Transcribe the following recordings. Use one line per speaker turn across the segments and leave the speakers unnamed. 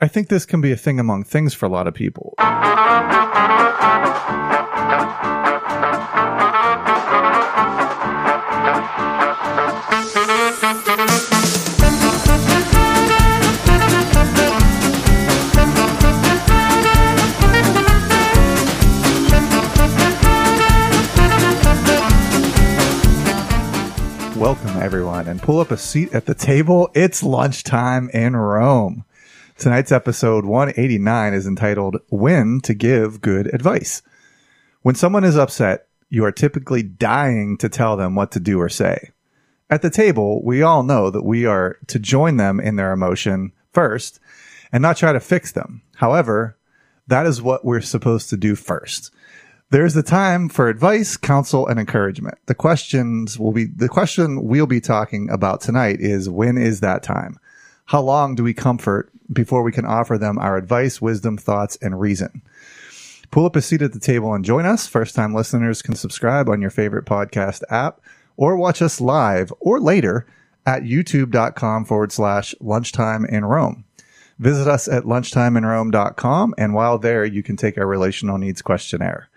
I think this can be a thing among things for a lot of people. Welcome, everyone, and pull up a seat at the table. It's lunchtime in Rome. Tonight's episode 189 is entitled When to Give Good Advice. When someone is upset, you are typically dying to tell them what to do or say. At the table, we all know that we are to join them in their emotion first and not try to fix them. However, that is what we're supposed to do first. There's the time for advice, counsel, and encouragement. The questions will be the question we'll be talking about tonight is when is that time? How long do we comfort before we can offer them our advice, wisdom, thoughts, and reason? Pull up a seat at the table and join us. First time listeners can subscribe on your favorite podcast app or watch us live or later at youtube.com forward slash lunchtime in Rome. Visit us at lunchtimeinrome.com and while there, you can take our relational needs questionnaire.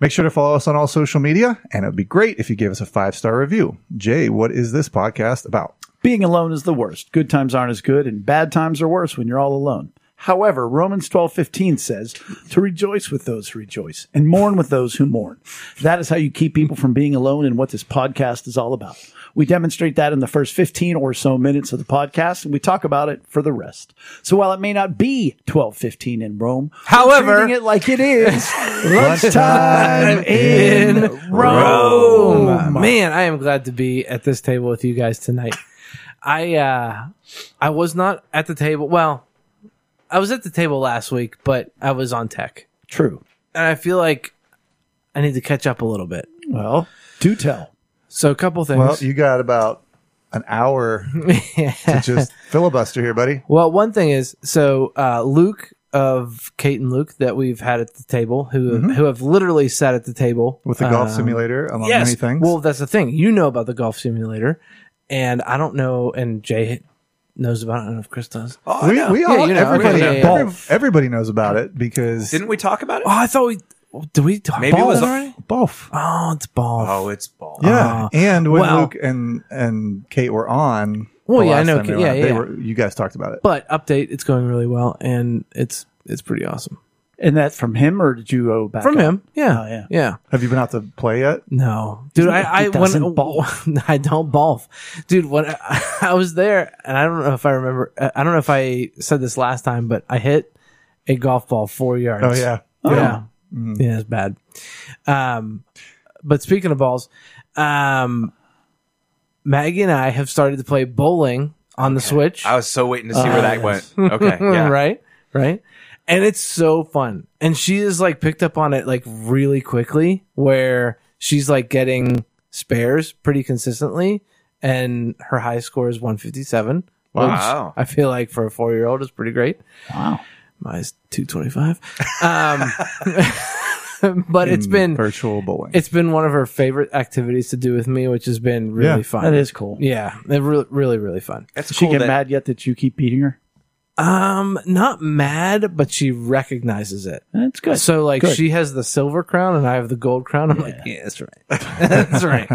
Make sure to follow us on all social media, and it would be great if you gave us a five star review. Jay, what is this podcast about?
Being alone is the worst. Good times aren't as good, and bad times are worse when you're all alone. However, Romans twelve fifteen says to rejoice with those who rejoice and mourn with those who mourn. That is how you keep people from being alone and what this podcast is all about. We demonstrate that in the first 15 or so minutes of the podcast, and we talk about it for the rest. So while it may not be twelve fifteen in Rome, we're
However-
treating it like it is lunchtime in
Oh
Rome.
Man, I am glad to be at this table with you guys tonight. I uh I was not at the table. Well, I was at the table last week, but I was on tech.
True.
And I feel like I need to catch up a little bit.
Well, do tell.
So a couple things.
Well, you got about an hour to just filibuster here, buddy.
Well, one thing is, so uh, Luke of Kate and Luke that we've had at the table, who who have literally sat at the table
Mm-hmm. With the golf
um,
simulator, among many things.
Well, that's the thing. You know about the golf simulator, and I don't know, and Jay knows about it. I don't know if Chris does. Oh,
we, we all,
Yeah, you know,
everybody,
yeah, yeah, yeah.
every- everybody knows about it because
Didn't we talk about it?
I thought we did we talk
Maybe it
balls
was a-
already?
both.
Oh, it's balls.
Oh, it's ball.
Yeah,
Ah.
and when
Well-
Luke and and Kate were on,
Well,
the
yeah, I
last
know
time they
Kate-
were
yeah,
on, they
yeah.
were- you guys talked about it.
But update, it's going really well, and it's it's pretty awesome
And that from him, or did you go back
from
up?
him. Yeah,
Oh, yeah.
yeah.
Have you been out to play yet?
No, dude, I, I
He doesn't
when
barf.
I don't balf, dude. When I, I was there, and I don't know if I remember, I I don't know if I said this last time, but I hit a golf ball four yards.
Oh yeah,
yeah, yeah, it's bad. Um, but speaking of balls, um, Maggie and I have started to play bowling on the Switch.
I was so waiting to see where that
yes.
went. Okay. Yeah.
right, right, and it's so fun. And she is like picked up on it like really quickly, where she's like getting spares pretty consistently, and her high score is one fifty seven.
Wow.
I feel like for a four year old is pretty great.
Wow.
Mine's two twenty five, um, but it's been
virtual bowling.
it's been one of her favorite activities to do with me, which has been really
Yeah,
fun.
That is cool.
yeah, it really, really, really fun.
That's
Does she
cool
get
that-
mad yet that you keep beating her?
Um, not mad, but she recognizes it.
That's good.
So like
Good.
she has the silver crown and I have the gold crown. I'm like, yeah, that's right. that's right.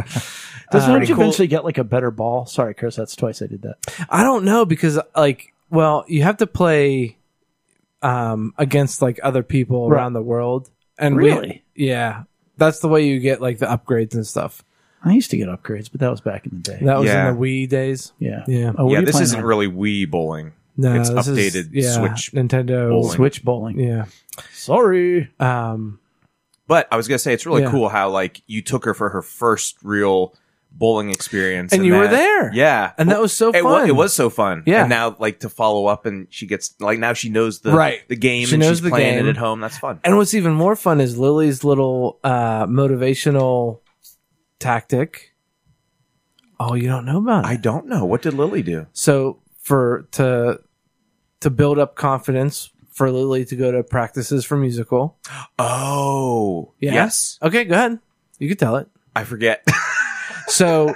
doesn't
pretty
you
cool.
eventually get like a better ball? Sorry, Chris, that's twice I did that.
I don't know because like, well, you have to play um against like other people
Right.
around the world, and
Really?
we, yeah, that's the way you get like the upgrades and stuff.
I used to get upgrades, but that was back in the day.
That was
Yeah.
in the Wii days.
yeah.
Yeah.
Oh, what are
Yeah,
you
this
playing
isn't
on?
really Wii bowling.
No,
it's
this
updated
is- yeah,
Switch.
Nintendo.
bowling.
Switch bowling.
Yeah.
Sorry.
Um.
But I was gonna say it's really
Yeah.
cool how like you took her for her first real bowling experience,
And you were
that-
there.
Yeah,
And that was so
It wa-
fun.
it was so fun.
Yeah.
And now like to follow up, and she gets like now she knows the
Right.
the game,
She
and
knows
she's
the
playing
game.
it at home. That's fun.
And what's even more fun is Lily's little uh, motivational tactic. Oh, you don't know about it.
I don't know what did Lily do.
so for to to build up confidence for Lily to go to practices for musical.
Oh
Yeah.
yes,
Oh. Okay, go ahead. You can tell it.
I forget.
So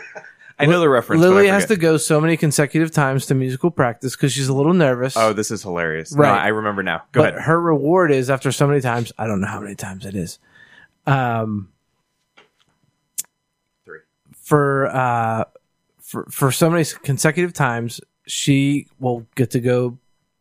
I I know the reference. but
Lily
I
has to
forget.
go so many consecutive times to musical practice because she's a little nervous.
Oh, this is hilarious.
Right.
Right. I remember now. Go
but
ahead.
her reward is after so many times, I don't know how many times it is. Um,
Three.
For uh, for for so many consecutive times, she will get to go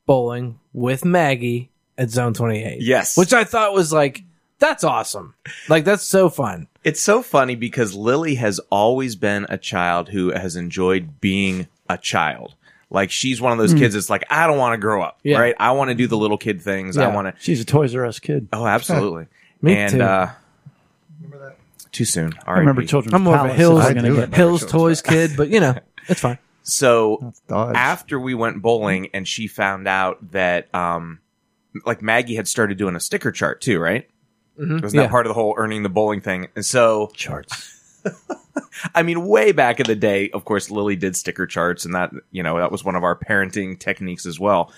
bowling with Maggie at Zone Twenty Eight.
Yes.
which I thought was like that's awesome. Like that's so fun.
It's so funny because Lily has always been a child who has enjoyed being a child. Like she's one of those kids that's like, I don't want to grow up,
Hmm. Yeah.
right? I want to do the little kid things.
Yeah.
I want to.
She's a Toys R Us kid.
Oh, absolutely.
Me
and,
too.
Uh, remember that? Too soon.
I remember
R.I.P..
Children's
I'm more of a
Palace.
Hills-
is gonna
I do
get-
it.
Hills Toys kid, but you know it's fine.
So
Dodge.
after we went bowling and she found out that um like Maggie had started doing a sticker chart too, right? Wasn't
Mm-hmm. Yeah.
that part of the whole earning the bowling thing? And so
charts.
I mean, way back in the day, of course, Lily did sticker charts and that you know, that was one of our parenting techniques as well.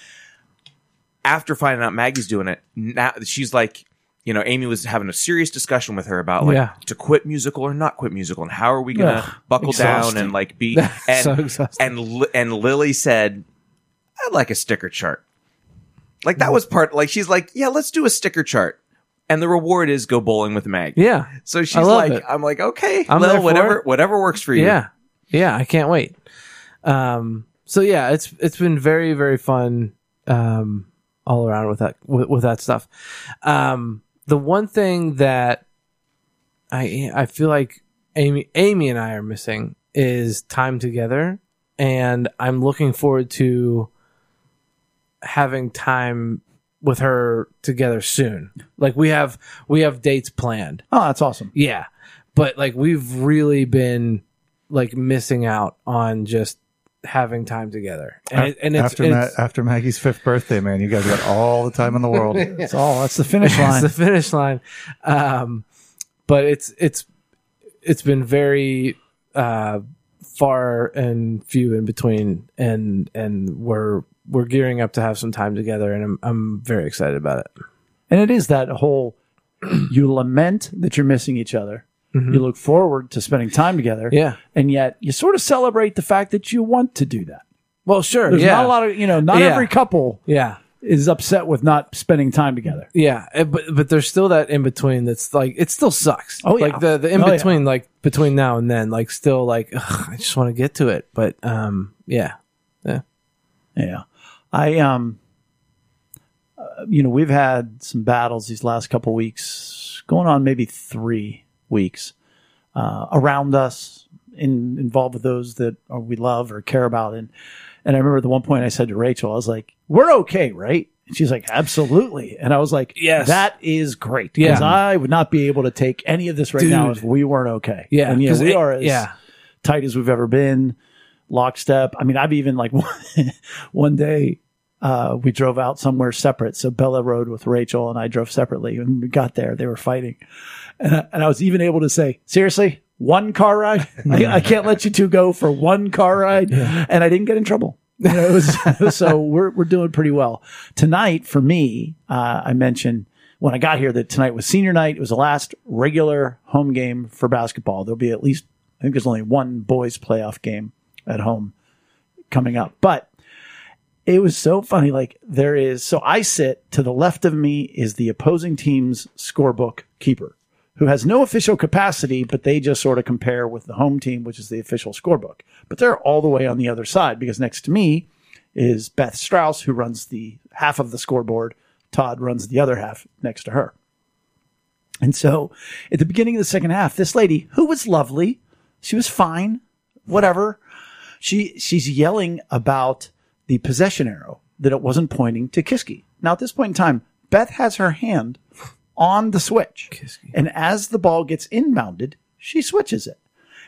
After finding out Maggie's doing it, now she's like you know, Amy was having a serious discussion with her about like
Yeah.
to quit musical or not quit musical, and how are we gonna
Ugh,
buckle
exhausting.
down and like be
That's
and
so exhausting.
and Li- and Lily said, "I'd like a sticker chart." Like that was part. Like she's like, "Yeah, let's do a sticker chart," and the reward is go bowling with Mag.
Yeah,
So she's
I love
like,
it.
"I'm like, okay,
I'm
Lil,
there for
whatever,
it."
whatever works for you."
Yeah. Yeah, I can't wait. Um so yeah, it's it's been very very fun um all around with that with, with that stuff. Um the one thing that I I feel like Amy Amy and I are missing is time together and I'm looking forward to having time with her together soon. Like we have we have dates planned.
Oh, that's awesome.
Yeah. But like we've really been like missing out on just having time together. And, it, and it's,
after Ma-
it's,
after Maggie's fifth birthday, man, you guys got all the time in the world.
That's all. Oh, That's the finish
it's
line.
the finish line. Um, but it's, it's, it's been very, uh, far and few in between and, and we're, we're gearing up to have some time together and I'm, I'm very excited about it.
and it is that whole you lament that you're missing each other. You look forward to spending time together.
Mm-hmm. Yeah.
And yet you sort of celebrate the fact that you want to do that.
Well, sure.
There's
yeah.
not a lot of, you know, not
Yeah.
every couple
yeah.
is upset with not spending time together.
Yeah, eh, but but there's still that in between that's like it still sucks.
Oh, yeah.
like the the
Oh,
in between, like between now and then, like still like ugh, I just want to get to it, but um, yeah,
Yeah. I, um, uh, you know, we've had some battles these last couple weeks, going on maybe three weeks uh, around us, in, involved with those that are, we love or care about. And, and I remember at the one point I said to Rachel, I was like, we're okay, right? And she's like, absolutely. And I was like,
Yes.
that is great.
Yeah.
Because I would not be able to take any of this right now if we weren't okay.
yeah,
And yeah,
'cause
we
it-
are as,
yeah,
tight as we've ever been, lockstep. I mean, I've even like one, one day uh, we drove out somewhere separate. So Bella rode with Rachel and I drove separately. And we got there, they were fighting. And I, and I was even able to say, seriously, one car ride? I, I can't let you two go for one car ride. And I didn't get in trouble. You know, it was, so we're, we're doing pretty well. Tonight, for me, uh, I mentioned when I got here that tonight was senior night. It was the last regular home game for basketball. There'll be at least, I think there's only one boys playoff game at home coming up. But it was so funny. Like there is, so I sit to the left of me is the opposing team's scorebook keeper who has no official capacity, but they just sort of compare with the home team, which is the official scorebook. But they're all the way on the other side because next to me is Beth Strauss, who runs the half of the scoreboard. Todd runs the other half next to her. And so at the beginning of the second half, this lady who was lovely, she was fine, whatever. She she's yelling about the possession arrow that it wasn't pointing to Kiski. Now at this point in time, Beth has her hand on the switch. And as the ball gets inbounded, she switches it.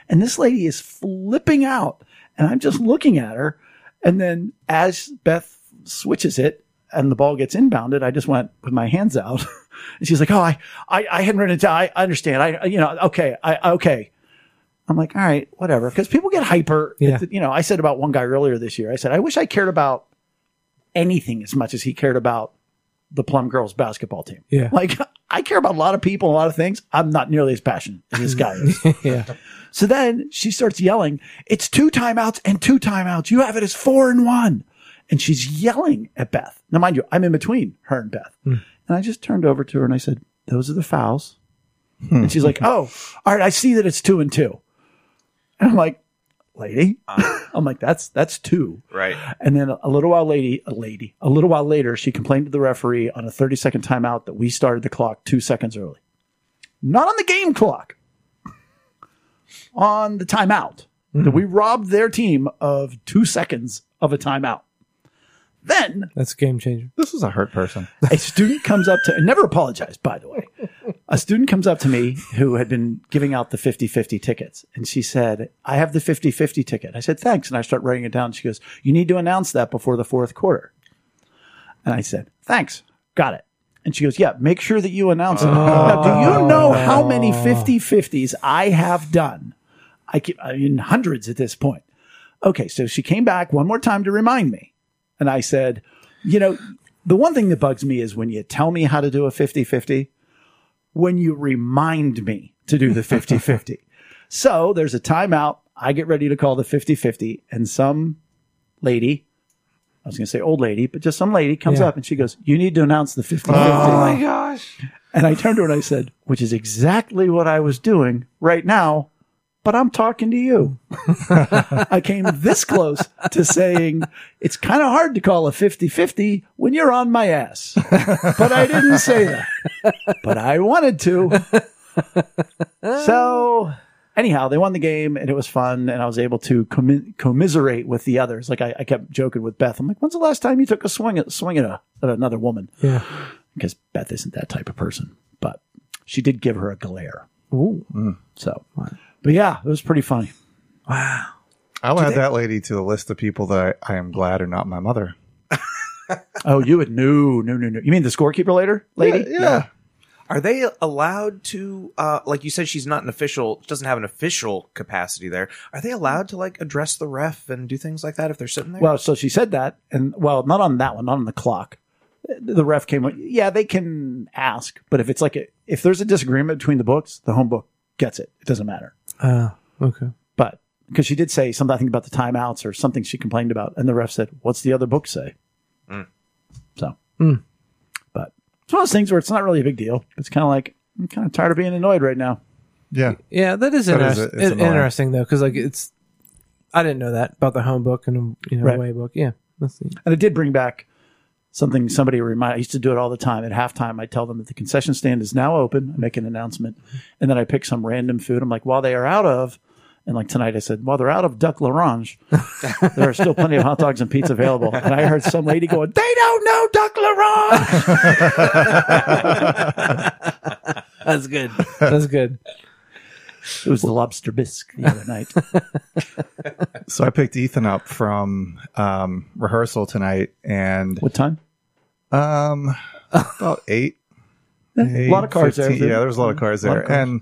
And this lady is flipping out. And I'm just looking at her. And then as Beth switches it and the ball gets inbounded, I just went with my hands out. and she's like, Oh, I, I, I hadn't written it down. I I understand. I, you know, okay. I, okay. I'm like, all right, whatever. Cause people get hyper.
Yeah.
You know, I said about one guy earlier this year, I said, I wish I cared about anything as much as he cared about the Plum Girls basketball team.
Yeah.
Like, I I care about a lot of people, and a lot of things. I'm not nearly as passionate as this guy is.
Yeah.
So then she starts yelling, it's two timeouts and two timeouts. You have it as four and one. And she's yelling at Beth. Now, mind you, I'm in between her and Beth. And I just turned over to her and I said, those are the fouls. And she's like, oh, all right. I see that it's two and two. And I'm like, lady, I'm like, that's, that's two.
Right.
And then a little while lady, a lady, a little while later, she complained to the referee on a 30 second timeout that we started the clock two seconds early. Not on the game clock, on the timeout. That we robbed their team of two seconds of a timeout. Then
That's a game changer.
This is a hurt person.
a student comes up to, I never apologized, by the way. A student comes up to me who had been giving out the 50 50 tickets. And she said, I have the 50 50 ticket. I said, thanks. And I start writing it down. She goes, You need to announce that before the fourth quarter. And I said, thanks. Got it. And she goes, Yeah, make sure that you announce it. Now, do you know how many 50 50s I have done? I keep I mean, hundreds at this point. Okay, so she came back one more time to remind me. And I said, You know, the one thing that bugs me is when you tell me how to do a 50 50, when you remind me to do the 50 50. So there's a timeout. I get ready to call the 50 50, and some lady, I was going to say old lady, but just some lady comes
Yeah.
up and she goes, You need to announce the 50 50.
gosh.
And I turned to her and I said, Which is exactly what I was doing right now, but I'm talking to you. I came this close to saying, It's kind of hard to call a 50 50 when you're on my ass. But I didn't say that. But I wanted to. So. Anyhow, they won the game and it was fun, and I was able to commi- commiserate with the others. Like I, I kept joking with Beth. I'm like, "When's the last time you took a swing at swing at, a, at another woman?"
Yeah.
because Beth isn't that type of person. But she did give her a glare. Mm,
Ooh.
So, but yeah, it was pretty funny.
I'll add that lady to the list of people that I, I am glad are not my mother.
Oh, you would no, no, no, no. You mean the scorekeeper later, lady?
Yeah. yeah.
Are they allowed to, uh, like you said, she's not an official, doesn't have an official capacity there. Are they allowed to, like, address the ref and do things like that if they're sitting there?
Well, so she said that, and well, not on that one, not on the clock. The ref came. Yeah, they can ask, but if it's like a, if there's a disagreement between the books, the home book gets it. It doesn't matter.
Uh, okay.
But because she did say something I think, about the timeouts or something she complained about, and the ref said, "What's the other book say?" So, but it's one of those things where it's not really a big deal. It's kind of like I'm kind of tired of being annoyed right now.
Yeah, that is,
That is-
interest-
it's
it-
annoying.
interesting though, because like it's, I didn't know that about the home book and you know
Right.
way book. Yeah, that's neat.
And it did bring back something somebody remind. I used to do it all the time at halftime. I tell them that the concession stand is now open. I make an announcement, and then I pick some random food. I'm like, while they are out of. And like tonight, I said, "While they're out of duck l'orange, there are still plenty of hot dogs and pizza available." And I heard some lady going, "They don't know duck l'orange."
That's good. that's good.
It was the lobster bisque the other night.
So I picked Ethan up from um, rehearsal tonight, and
What time?
um, about eight.
a lot of cars there.
8:15. Yeah, there was a lot of cars
A lot
there,
of cars.
and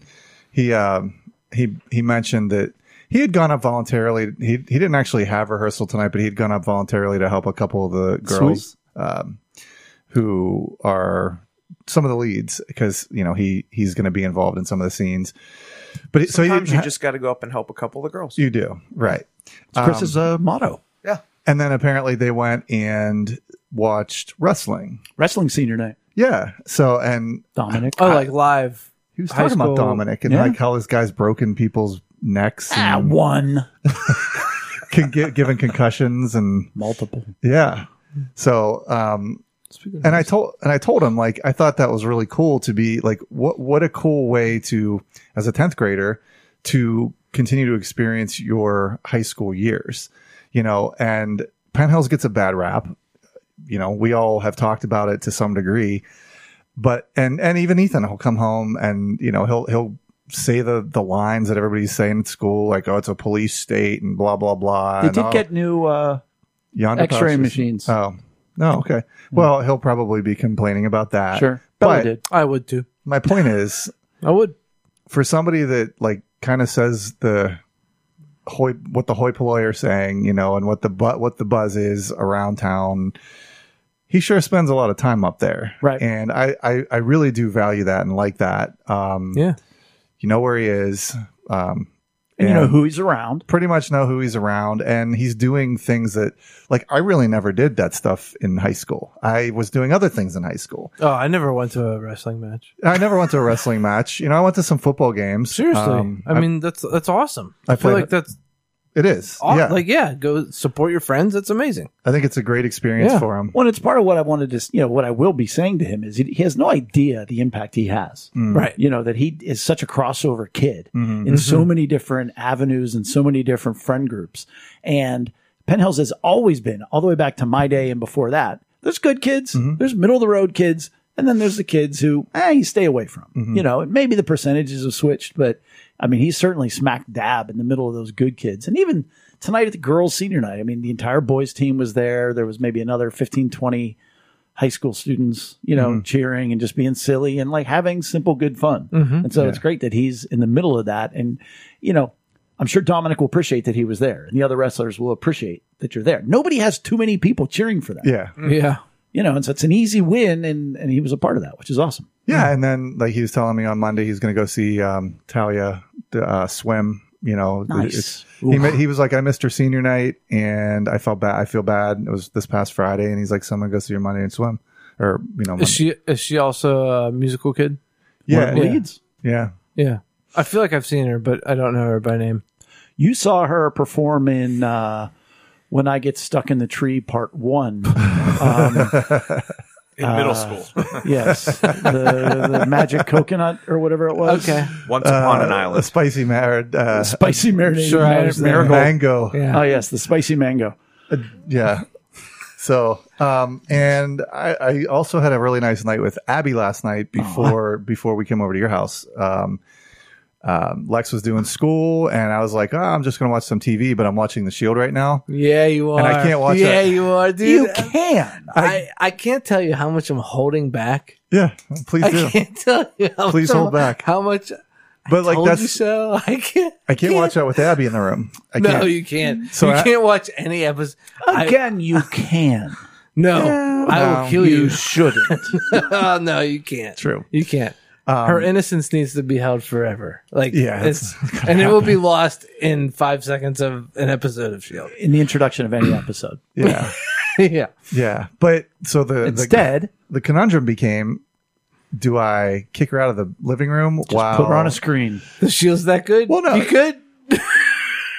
he um, he he mentioned that he had gone up voluntarily. He he didn't actually have rehearsal tonight, but he'd gone up voluntarily to help a couple of the girls um, who are some of the leads because you know he he's going to be involved in some of the scenes. But it, so he
Sometimes
didn't
you
ha-
just got to go up and help a couple of the girls.
you do right.
It's Chris's uh, motto.
And then apparently they went and watched wrestling.
Wrestling senior night.
Yeah. So and
Dominic.
Oh, like live.
he was
High
talking about
school-
Dominic and
Yeah.
like how this guy's broken people's necks
ah,
and
one.
can get given concussions and
Multiple.
yeah. So um
Speaking of
and I told and I told him like I thought that was really cool to be like what what a cool way to as a 10th grader to continue to experience your high school years you know and Penn Hills gets a bad rap you know we all have talked about it to some degree but and and even Ethan will come home and you know he'll he'll say the the lines that everybody's saying at school like oh it's a police state and blah blah blah
They
and,
did
oh,
get new uh,
yonder
X-ray
pouches.
machines.
oh no okay well he'll probably be complaining about that
sure,
but-
Bella did.
I would too.
my point is
I would.
for somebody that like kind of says the hoi, what the hoi polloi are saying you know and what the bu- what the buzz is around town he- he sure spends a lot of time up there.
Right.
And I, I, I really do value that and like that. Um,
Yeah.
You know where he is. Um,
And you know
and
who he's around.
pretty much know who he's around and he's doing things that like I really never did that stuff in high school. I was doing other things in high school.
Oh, I never went to a wrestling match.
I never went to a wrestling match. You know, I went to some football games.
Seriously,
Um,
I mean that's that's awesome.
I
I feel
played-
like that's
it is.
aw-
yeah.
like yeah, go support your friends. That's amazing.
I think it's a great experience
Yeah.
for him.
Well, it's part of what I wanted to, s- you know, what I will be saying to him is he, he has no idea the impact he has.
Mm.
Right.
You know, that he is such a crossover kid
Mhm.
in so many different avenues and so many different friend groups. And Penhills has always been, all the way back to my day and before that, there's good kids, there's middle of the road kids, and then there's the kids who, eh, you stay away from. You know, and maybe the percentages have switched, but I mean, he's certainly smack dab in the middle of those good kids. And even tonight at the girls' senior night, I mean, the entire boys' team was there. There was maybe another 15, 20 high school students, you
Mm-hmm.
know, cheering and just being silly and like having simple, good fun.
Mm-hmm.
And so it's great that he's in the middle of that. And, you know, I'm sure Dominic will appreciate that he was there and the other wrestlers will appreciate that you're there. Nobody has too many people cheering for them,
Yeah.
Yeah,
you know, and so it's an easy win. And, and he was a part of that, which is awesome.
Yeah,
Mm.
and then like he was telling me on Monday, he's going to go see um, Talia uh, swim. You know,
Nice.
It's- He, mi- he was like, I missed her senior night, and I felt bad. I feel bad. It was this past Friday, and he's like, someone go see her Monday and swim, or you know, Monday.
is she is she also a musical kid?
yeah,
One of the
yeah,
leads.
yeah.
Yeah, I feel like I've seen her, but I don't know her by name.
You saw her perform in uh, When I Get Stuck in the Tree Part One. Um,
in middle school.
Uh,
yes. The, the magic coconut or whatever it was.
Okay,
Once upon an
Uh, a
island.
spicy mar- uh,
Spicy marinated.
Sure, I
mango.
remember.
mango.
yeah,
Oh, yes. The spicy mango.
Yeah. So, um, and I, I also had a really nice night with Abby last night before before we came over to your house. Um, um, Lex was doing school, and I was like, oh, I'm just going to watch some TV, but I'm watching The Shield right now.
yeah, you are.
And I can't watch
Yeah,
that.
you are, dude.
You can.
I, I can't tell you how much I'm holding back.
Yeah, please
I
do.
can't tell you. How
Please
much I'm-
hold back.
How much?
But like
told you
that's
so. I can't.
I can't watch that with Abby in the room. I
No,
can't.
you can't.
So
you
I-
can't watch any episode. I-
Again, you can.
No, I will
No.
kill you.
shouldn't.
oh, no, you can't.
True. Um,
You can't. Her innocence needs to be held forever. Like,
Yeah,
it's,
it's- it's
and it will be lost in five seconds of an episode of Shield.
In the introduction of any episode.
Yeah,
yeah,
yeah. But so the the,
Instead,
the conundrum became: Do I kick her out of the living room while
put her on a screen.
the Shield's E that good.
Well, no.
you could.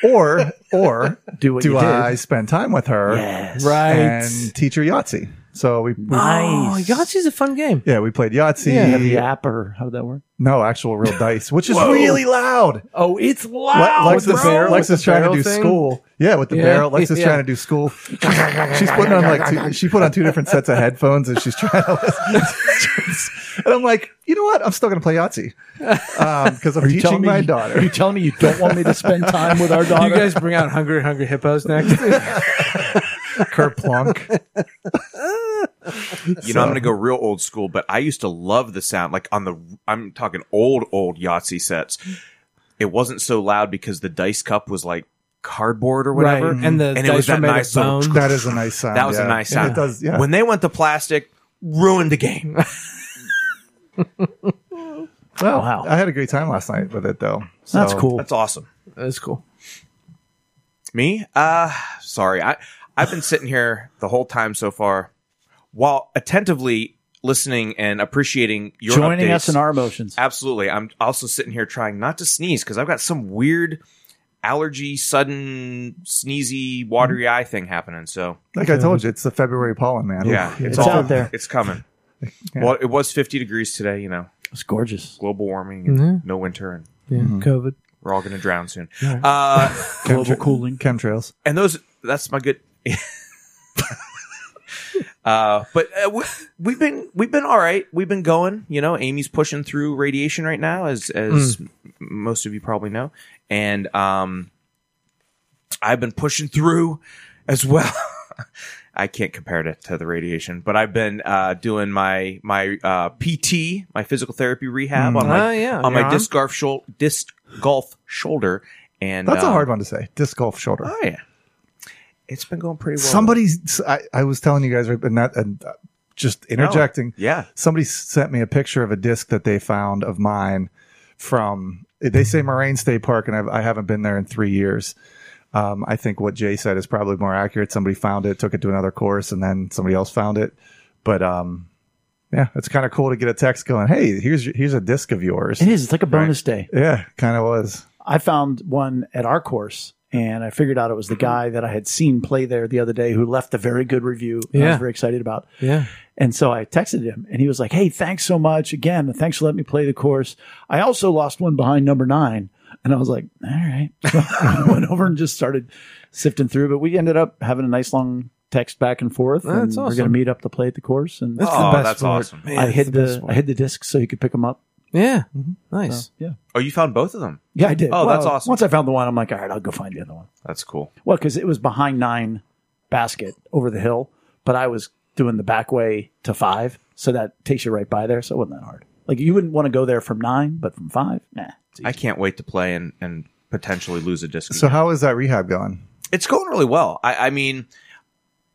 or or
Do what
do
you did.
I spend time with her?
Yes.
Right.
and teacher Yahtzee. So we, we
Oh,
Nice.
Yahtzee's a fun game.
yeah, we played Yahtzee.
Yeah. Have the app or how did that work?
No, actual real dice, which is
Whoa.
really loud.
Oh, it's
Le-
loud.
Lex,
with
is,
the barrel-
Lex is
with the
trying to
barrel
do
thing?
school. Yeah, with the
Yeah.
barrel. Lex is
Yeah.
trying to do school. she's putting on like two, she put on two different sets of headphones and she's trying to listen. and I'm like, you know what? I'm still going to play Yahtzee because I'm teaching my
Are you
daughter.
telling me you don't want me to spend time with our daughter?
You guys bring out Hungry Hungry Hippos next.
Kerplunk.
You know, I'm going to go real old school, but I used to love the sound. Like on the, I'm talking old, old Yahtzee sets. It wasn't so loud because the dice cup was like cardboard or whatever.
Mm-hmm.
Right. And the
And it
dice
was
were
that
made of
nice little
bone.
That is a nice sound.
That was
yeah.
a nice
And
sound.
It does. Yeah.
When they went to plastic, ruined the game.
well,
Wow.
I had a great time last night with it though. So-
That's cool.
That's awesome.
That's cool.
Me? Uh sorry. I I've been sitting here the whole time so far while attentively listening and appreciating your
Joining
updates.
us in our emotions.
Absolutely. I'm also sitting here trying not to sneeze because I've got some weird allergy, sudden, sneezy, watery
Mm-hmm.
eye thing happening. So
Like I told you, it's the February pollen, man.
yeah,
Oof.
It's out there.
It's coming. Well, it was 50 degrees today. You know,
It's gorgeous.
global warming, and
Mm-hmm.
no winter, and
Yeah,
Mm-hmm.
COVID.
we're all going to drown soon. Uh,
Global cooling.
chemtrails.
and those that's my good uh but uh, we, we've been we've been all right we've been going you know amy's pushing through radiation right now as as
Mm.
m- most of you probably know and um i've been pushing through as well i can't compare it to the radiation but i've been uh doing my my uh pt my physical therapy rehab on my
Ah, yeah,
Mm.
on my
your
disc golf, shul- disc golf shoulder and
That's a
um,
hard one to say. Disc golf shoulder.
Oh yeah, it's been going pretty well.
Somebody's. I, I was telling you guys, right, and that, and just interjecting.
Yeah.
Somebody sent me a picture of a disc that they found of mine from, they say Moraine State Park, and I've, I haven't been there in three years. Um, I think what Jay said is probably more accurate. Somebody found it, took it to another course, and then somebody else found it. But um, yeah, it's kind of cool to get a text going, hey, here's, your- here's a disc of yours.
It is. It's like a bonus day.
Yeah, kind of was.
I found one at our course and I figured out it
Mm-hmm.
was the guy that I had seen play there the other day who left a very good review that I was
Yeah.
very excited about.
Yeah.
And so I texted him and he was like, Hey, thanks so much. Again, thanks for letting me play the course. I also lost one behind number nine. And I was like, All right. So I went over and just started sifting through, but we ended up having a nice long text back and forth.
That's
and We're going to
awesome.
meet up to play at the course. And
That's
oh,
the best
that's
part.
awesome.
I hid
that's
the, I hid the discs so you could pick them up.
Yeah.
Mm-hmm.
Nice.
So, yeah.
Oh, you found both of them.
Yeah, I did.
Oh, that's awesome.
Once I found the one, I'm like, all right, I'll go find the other one.
That's cool.
Well, because it was behind nine basket over the hill, but I was doing the back way to five, so that takes you right by there. So it wasn't that hard. Like you wouldn't want to go there from nine, but from five, nah. it's easy.
I can't wait to play and, and potentially lose a disc.
So, how is that rehab going?
it's going really well. I, I mean,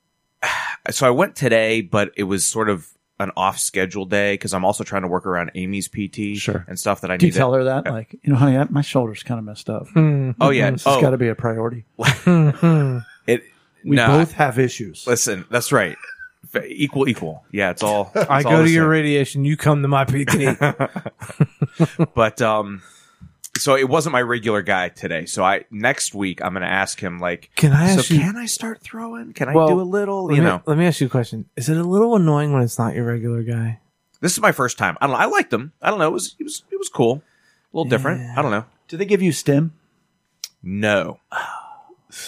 so I went today, but it was sort of an off schedule day because I'm also trying to work around Amy's PT
Sure.
and stuff that I
Do you
need. to-
tell her that? Like, you know, honey, I, my shoulder's kind of messed up.
Mm.
oh yeah,
This
oh,
has got to be a priority.
Mhm.
it,
We
no,
both have issues.
listen. That's right. F- Equal, equal. Yeah, it's all. it's
I
all
go
the
to your
same.
radiation. You come to my PT.
but um, so it wasn't my regular guy today. So I next week I'm going to ask him like,
Can I
so
ask you?
can I start throwing? Can
Well,
I do a little?
let,
You
me,
know,
let me ask you a question. Is it a little annoying when it's not your regular guy?
this is my first time. I don't. know. I liked him. I don't know. It was it was it was cool. A little different. I don't know.
Do they give you stim?
No.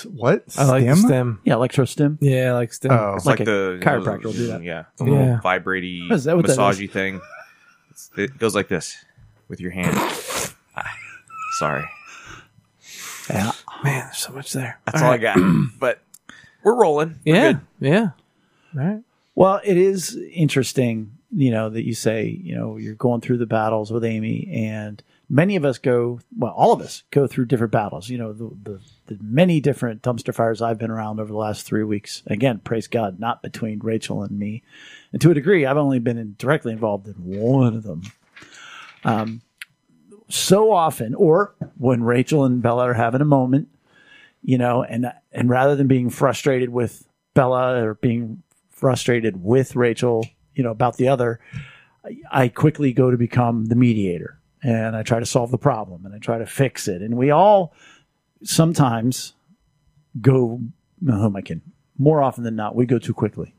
What?
I like the stem.
Yeah, electro stim.
Yeah, I like stem.
Oh,
It's like,
Like
the
a chiropractor will do that.
Yeah, the
Yeah.
little vibrating
Is that what that
massagey thing. It's, it goes like this with your hand. Ah, Sorry,
Yeah.
Man, there's so much there.
that's all, I got. but we're rolling. We're
Yeah.
good.
Yeah. All right.
Well, it is interesting, you know, that you say, you know, you're going through the battles with Amy, and many of us go, well, all of us go through different battles. You know, the, the, the many different dumpster fires I've been around over the last three weeks. Again, praise God, not between Rachel and me. And to a degree, I've only been in, directly involved in one of them. Um, so often, or when Rachel and Bella are having a moment, you know, and and rather than being frustrated with Bella or being frustrated with Rachel, you know, about the other, I, I quickly go to become the mediator and I try to solve the problem and I try to fix it. And we all sometimes go, no, I can more often than not, we go too quickly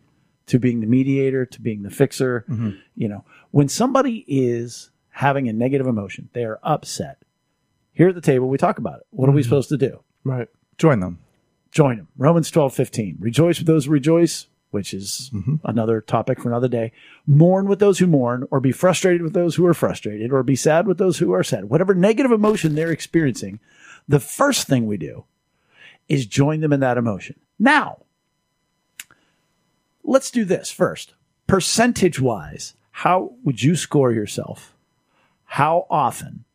to being the mediator, to being the fixer. You know, when somebody is having a negative emotion, they are upset. Here at the table, we talk about it. What are we supposed to do?
Right.
join them.
join him. Romans twelve fifteen. Rejoice with those who rejoice, which is another topic for another day. Mourn with those who mourn, or be frustrated with those who are frustrated, or be sad with those who are sad. Whatever negative emotion they're experiencing, the first thing we do is join them in that emotion. Now, let's do this first. Percentage wise, how would you score yourself? How often,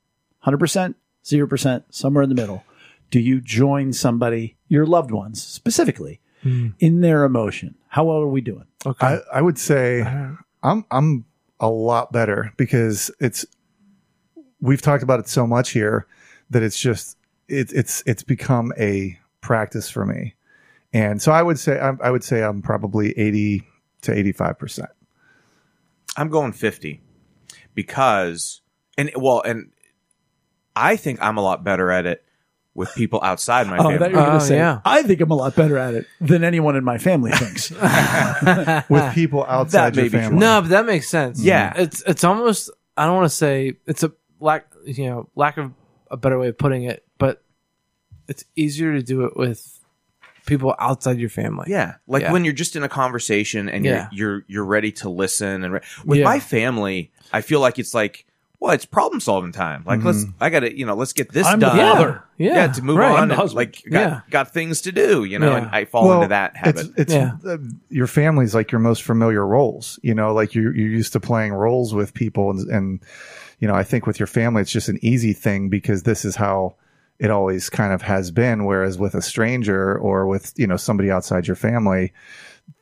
100%, 0%, somewhere in the middle, do you join somebody, your loved ones specifically,
Hmm.
in their emotion? How well are we doing?
Okay.
I, I would say I'm I'm a lot better because it's we've talked about it so much here that it's just it, it's it's become a practice for me, and so I would say I, I would say I'm probably eighty to eighty five percent.
I'm going fifty because and well and I think I'm a lot better at it with people outside my
Oh, I thought you
family.
were going to
Oh,
say,
yeah.
I think I'm a lot better at it than anyone in my family thinks.
with people outside
That
your
may be true.
family.
no, but that makes sense.
Mm. Yeah.
It's it's almost I don't want to say it's a lack you know lack of a better way of putting it, but it's easier to do it with people outside your family.
Yeah, like
Yeah.
when you're just in a conversation and
Yeah.
you're, you're you're ready to listen. And re- with
Yeah.
my family, I feel like it's like, well, it's problem solving time. Like let's, I gotta, you know, let's get this
I'm the
done.
father.
Mm-hmm. Yeah.
to move
Right. I'm
on.
the
And,
husband.
like, got,
Yeah.
got things to do. You know,
Yeah.
and I fall into that habit.
It's, it's
Yeah.
uh, your family's like your most familiar roles. You know, like you you're used to playing roles with people, and and you know, I think with your family, it's just an easy thing because this is how it always kind of has been. Whereas with a stranger or with you know somebody outside your family,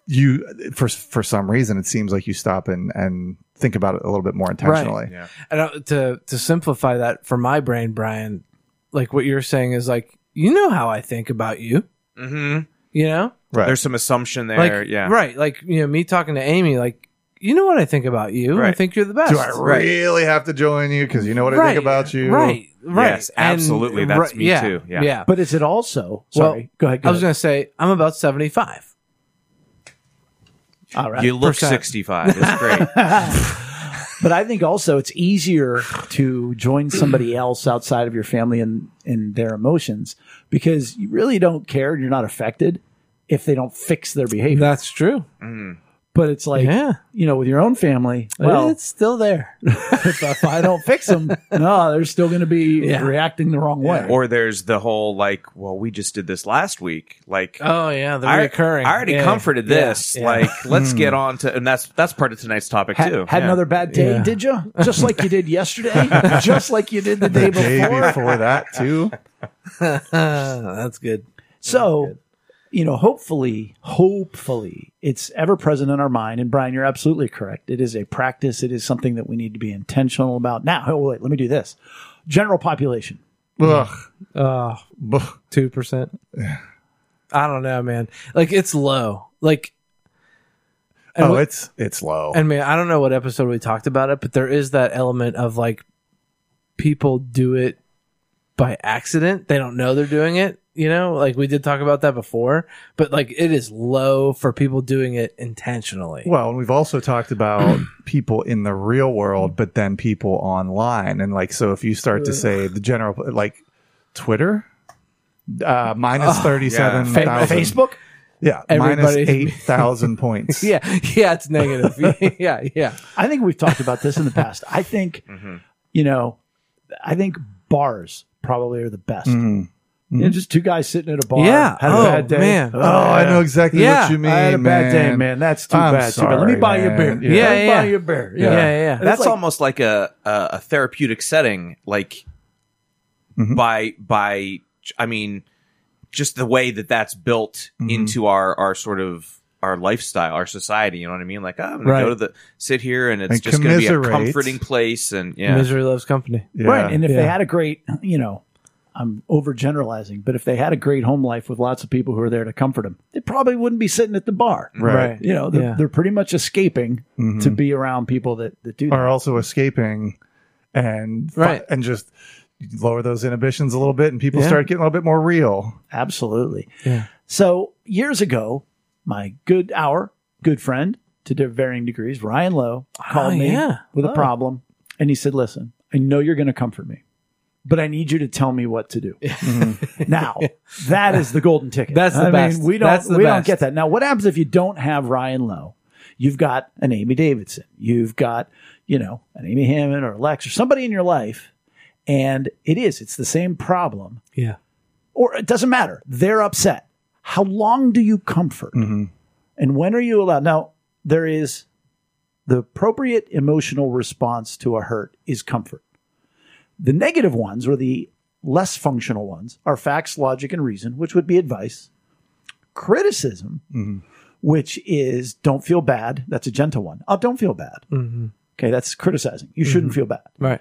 you for for some reason it seems like you stop and and think about it a little bit more intentionally.
Yeah.
And uh, to to simplify that for my brain, Brian, like what you're saying is like you know how I think about you,
Mm-hmm.
you know,
Right.
There's some assumption
like
there. yeah.
right, like you know me talking to Amy, like you know what I think about you, I
Right.
think you're the best.
Do I really have to join you because you know what I
Right,
think about you?
Right, right,
Yes, absolutely, that's
right,
me
yeah,
too, yeah.
yeah.
But is it also?
Well,
Sorry, go ahead. Go
I was
ahead.
gonna say I'm about seventy five.
All right.
You look
Percent.
65. That's great.
But I think also it's easier to join somebody else outside of your family in, in their emotions because you really don't care and you're not affected if they don't fix their behavior.
That's true.
but it's like,
Yeah.
you know, with your own family, well,
it's still there.
if, if I don't fix them, no, they're still going to be
Yeah.
reacting the wrong way.
or there's the whole like, well, we just did this last week. Like,
Oh yeah, the
I,
recurring.
I already
Yeah.
comforted this.
Yeah.
Like, let's get on to, and that's that's part of tonight's topic
Ha-
too.
had
Hmm. Yeah.
another bad day,
Yeah.
did you? Just like you did yesterday, just like you did the
The
day
day
before.
before that too.
that's good.
So, you know, hopefully, hopefully it's ever present in our mind. And Brian, you're absolutely correct. It is a practice, it is something that we need to be intentional about. Now, oh, wait, let me do this. General population.
Ugh.
Oh,
Buh.
two percent. I don't know, man. Like it's low. Like and
Oh,
what-
it's it's low.
and man, I don't know what episode we talked about it, but there is that element of like people do it by accident. They don't know they're doing it. You know, like we did talk about that before, but like it is low for people doing it intentionally.
Well, and we've also talked about people in the real world, but then people online. And like, so if you start to say the general, like Twitter, uh, minus 37,000.
Fa- Facebook?
Yeah. Minus
Everybody's-
8,000 points.
Yeah, yeah, it's negative. yeah, yeah.
I think we've talked about this in the past. I think,
Mm-hmm.
you know, I think bars probably are the best.
Mm.
You know, just two guys sitting at a bar.
Yeah.
Had a
Oh,
bad day.
man.
Oh, I know exactly
Yeah,
what you mean.
I had a bad day, man. That's too
I'm
bad. Too bad. Let me
sorry,
buy you a beer.
man. Yeah.
Let me
Yeah, yeah.
buy you a beer.
Yeah, yeah, yeah.
That's
like-
almost like a, a a therapeutic setting. Like by by, I mean, just the way that that's built into our our sort of our lifestyle, our society. You know what I mean? Like, oh, I'm gonna
Right.
go to the sit here, and it's
And
just gonna be a
commiserate.
comforting place. And yeah,
Misery loves company.
Yeah.
Right. And if
Yeah.
they had a great, you know, I'm overgeneralizing, but if they had a great home life with lots of people who are there to comfort them, they probably wouldn't be sitting at the bar.
right. Mm-hmm.
Right.
You know, they're,
Yeah.
they're pretty much escaping to be around people that, that do that.
Are also escaping and,
Right.
and just lower those inhibitions a little bit and people
Yeah.
start getting a little bit more real.
Absolutely.
Yeah.
So years ago, my good our good friend to di- varying degrees, Ryan Lowe, called me
Ah, yeah.
with a
Oh.
problem, and he said, "Listen, I know you're going to comfort me, but I need you to tell me what to do." Mm-hmm. now, that is the golden ticket.
That's the
I
best.
Mean, we don't
That's the
we
best.
don't get that. Now, what happens if you don't have Ryan Lowe? You've got an Amy Davidson. You've got you know an Amy Hammond or Lex or somebody in your life, and it is it's the same problem
Yeah.
or it doesn't matter. They're upset. How long do you comfort? And when are you allowed? Now, there is the appropriate emotional response to a hurt is comfort. The negative ones or the less functional ones are facts, logic, and reason, which would be advice, criticism, which is don't feel bad. That's a gentle one. Oh, don't feel bad. Okay, that's criticizing. You shouldn't feel bad
Mm-hmm. Right.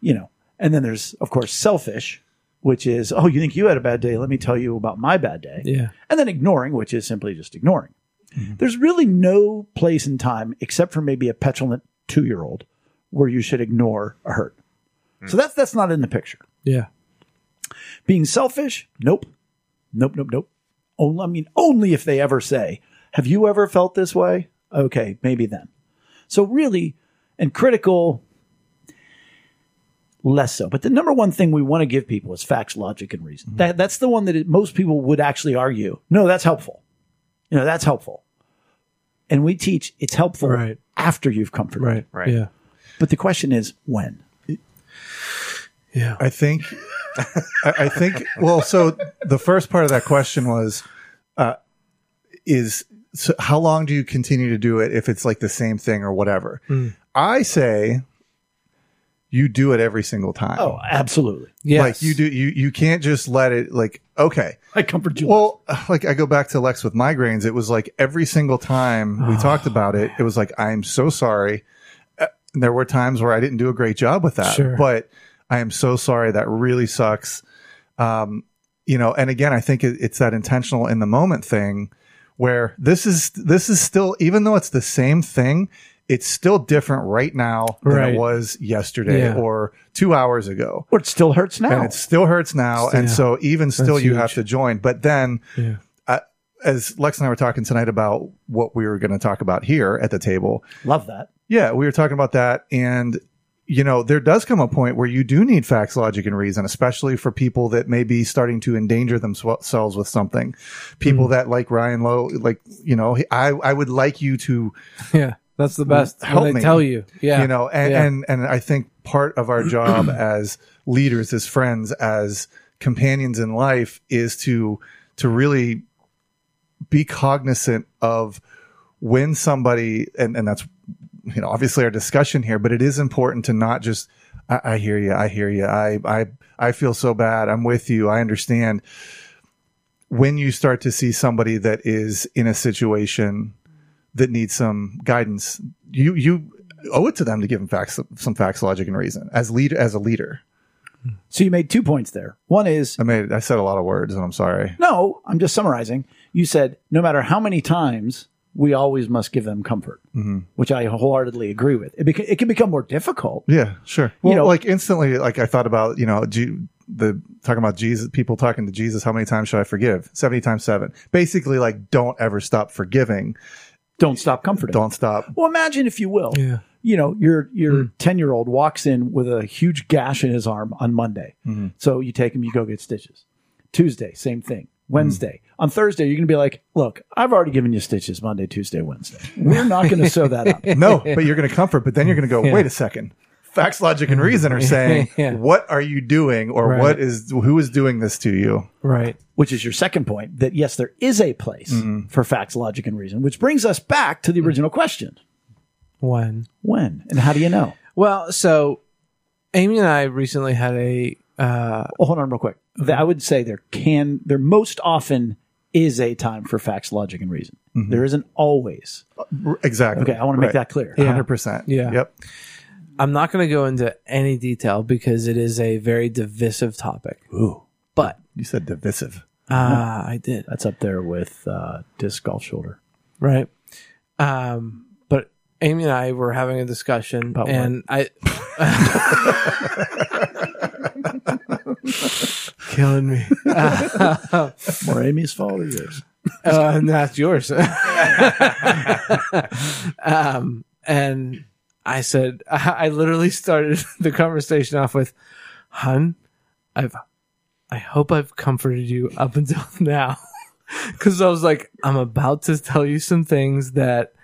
you know. And then there's of course selfish, which is oh you think you had a bad day, let me tell you about my bad day.
Yeah.
And then ignoring, which is simply just ignoring. There's really no place in time except for maybe a petulant 2-year-old where you should ignore a hurt. So that's that's not in the picture.
Yeah.
Being selfish? Nope. Nope, nope, nope. Only, I mean, only if they ever say, Have you ever felt this way? Okay, maybe then. So, really, and critical, less so. But the number one thing we want to give people is facts, logic, and reason. That, that's the one that it, most people would actually argue no, that's helpful. You know, that's helpful. And we teach it's helpful
Right.
after you've comforted.
Right.
Right.
Yeah.
But the question is when?
Yeah.
I think, I, I think. Well, so the first part of that question was, uh, is so how long do you continue to do it if it's like the same thing or whatever? I say you do it every single time.
Oh, absolutely.
Yes.
Like you do you you can't just let it like okay.
I comfort you.
Well, like I go back to Lex with migraines, it was like every single time we talked about it, it was like I am so sorry. Uh, There were times where I didn't do a great job with that,
Sure.
but I am so sorry that really sucks. Um, you know, and again, I think it, it's that intentional in the moment thing where this is this is still even though it's the same thing, it's still different right now than
Right.
it was yesterday
Yeah.
or 2 hours ago
or it still hurts now.
and it still hurts now.
Still,
and
yeah.
so even still, you have to
huge.
join. But then,
Yeah.
uh, as Lex and I were talking tonight about what we were going to talk about here at the table,
Love that.
yeah, we were talking about that, and you know, there does come a point where you do need facts, logic, and reason, especially for people that may be starting to endanger themselves with something. People that like Ryan Lowe, like you know, he- I I would like you to
yeah. That's the best. when
Help
they
me.
tell you. Yeah.
you know and,
Yeah.
and and i think part of our job as leaders as friends as companions in life is to to really be cognizant of when somebody and and that's you know obviously our discussion here but it is important to not just i, I hear you i hear you I, I i feel so bad i'm with you i understand when you start to see somebody that is in a situation that needs some guidance you you owe it to them to give them facts some facts logic and reason as leader as a leader
So you made two points there. One is
i made i said a lot of words and i'm sorry
no, I'm just summarizing. You said no matter how many times, we always must give them comfort,
Mm-hmm.
which I wholeheartedly agree with. It, beca- it can become more difficult.
yeah sure well
know-
like instantly like i thought about you know G- the talking about jesus people talking to jesus how many times should i forgive 70 times 7 basically like don't ever stop forgiving
Don't stop comforting.
don't stop
Well, imagine if you will.
Yeah.
You know, your your ten year old walks in with a huge gash in his arm on Monday. So you take him, you go get stitches. Tuesday, same thing. Wednesday. On Thursday, you're gonna be like, look, I've already given you stitches Monday, Tuesday, Wednesday. We're not gonna sew that up.
no but you're going to comfort but then you're going to go wait a second facts logic and reason are saying
Yeah.
what are you doing or
Right.
what is who is doing this to you
right.
which is your second point, that yes, there is a place for facts, logic, and reason, which brings us back to the original question.
When?
When and how do you know?
Well, so Amy and I recently had a uh
Oh, hold on real quick. Th- I would say there can, there most often is a time for facts, logic, and reason. There isn't always.
R- exactly
Okay, I want to make that clear.
Yeah.
100%
Yeah.
yep
I'm not going to go into any detail because it is a very divisive topic. But
you said divisive
uh, I did
That's up there with uh, disc golf shoulder.
right. Um, but Amy and I were having a discussion,
About what?
and I killing me.
More Amy's fault or yours?
uh, and that's yours. um, and I said, I, I literally started the conversation off with, "Hun, I've, I hope I've comforted you up until now," because I was like, I'm about to tell you some things that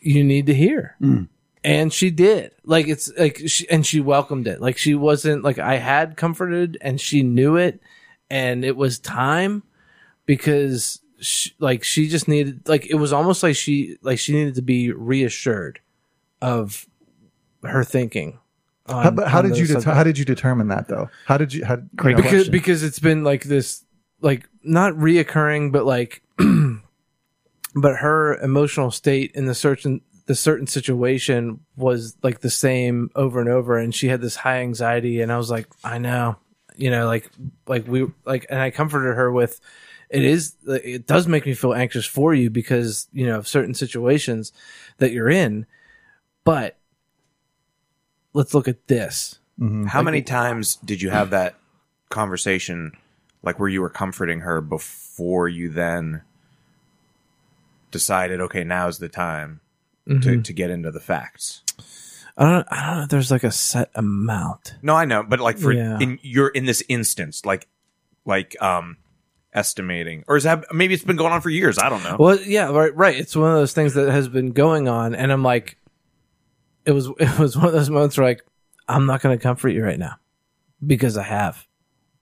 you need to hear.
Mm.
And she did. Like it's like she and she welcomed it. Like she wasn't like I had comforted and she knew it and it was time because she, like she just needed like it was almost like she like she needed to be reassured of her thinking. on-
How, but how
on
did
the
you det-
subject.
how did you determine that though? How did you how great
because because it's been like this like not reoccurring but like but her emotional state in the certain the certain situation was like the same over and over and she had this high anxiety and i was like i know you know like like we like and i comforted her with it is it does make me feel anxious for you because you know of certain situations that you're in but let's look at this
How many times did you have that conversation, like where you were comforting her before you then decided, okay, now's the time to, to get into the facts?
I don't. I don't know. if There's like a set amount.
No, I know, but like for
Yeah.
in you're in this instance, like like um estimating, or is that maybe it's been going on for years? I don't know.
Well, yeah, right. Right. It's one of those things that has been going on, and I'm like, it was. It was one of those moments where like, I'm not going to comfort you right now because I have,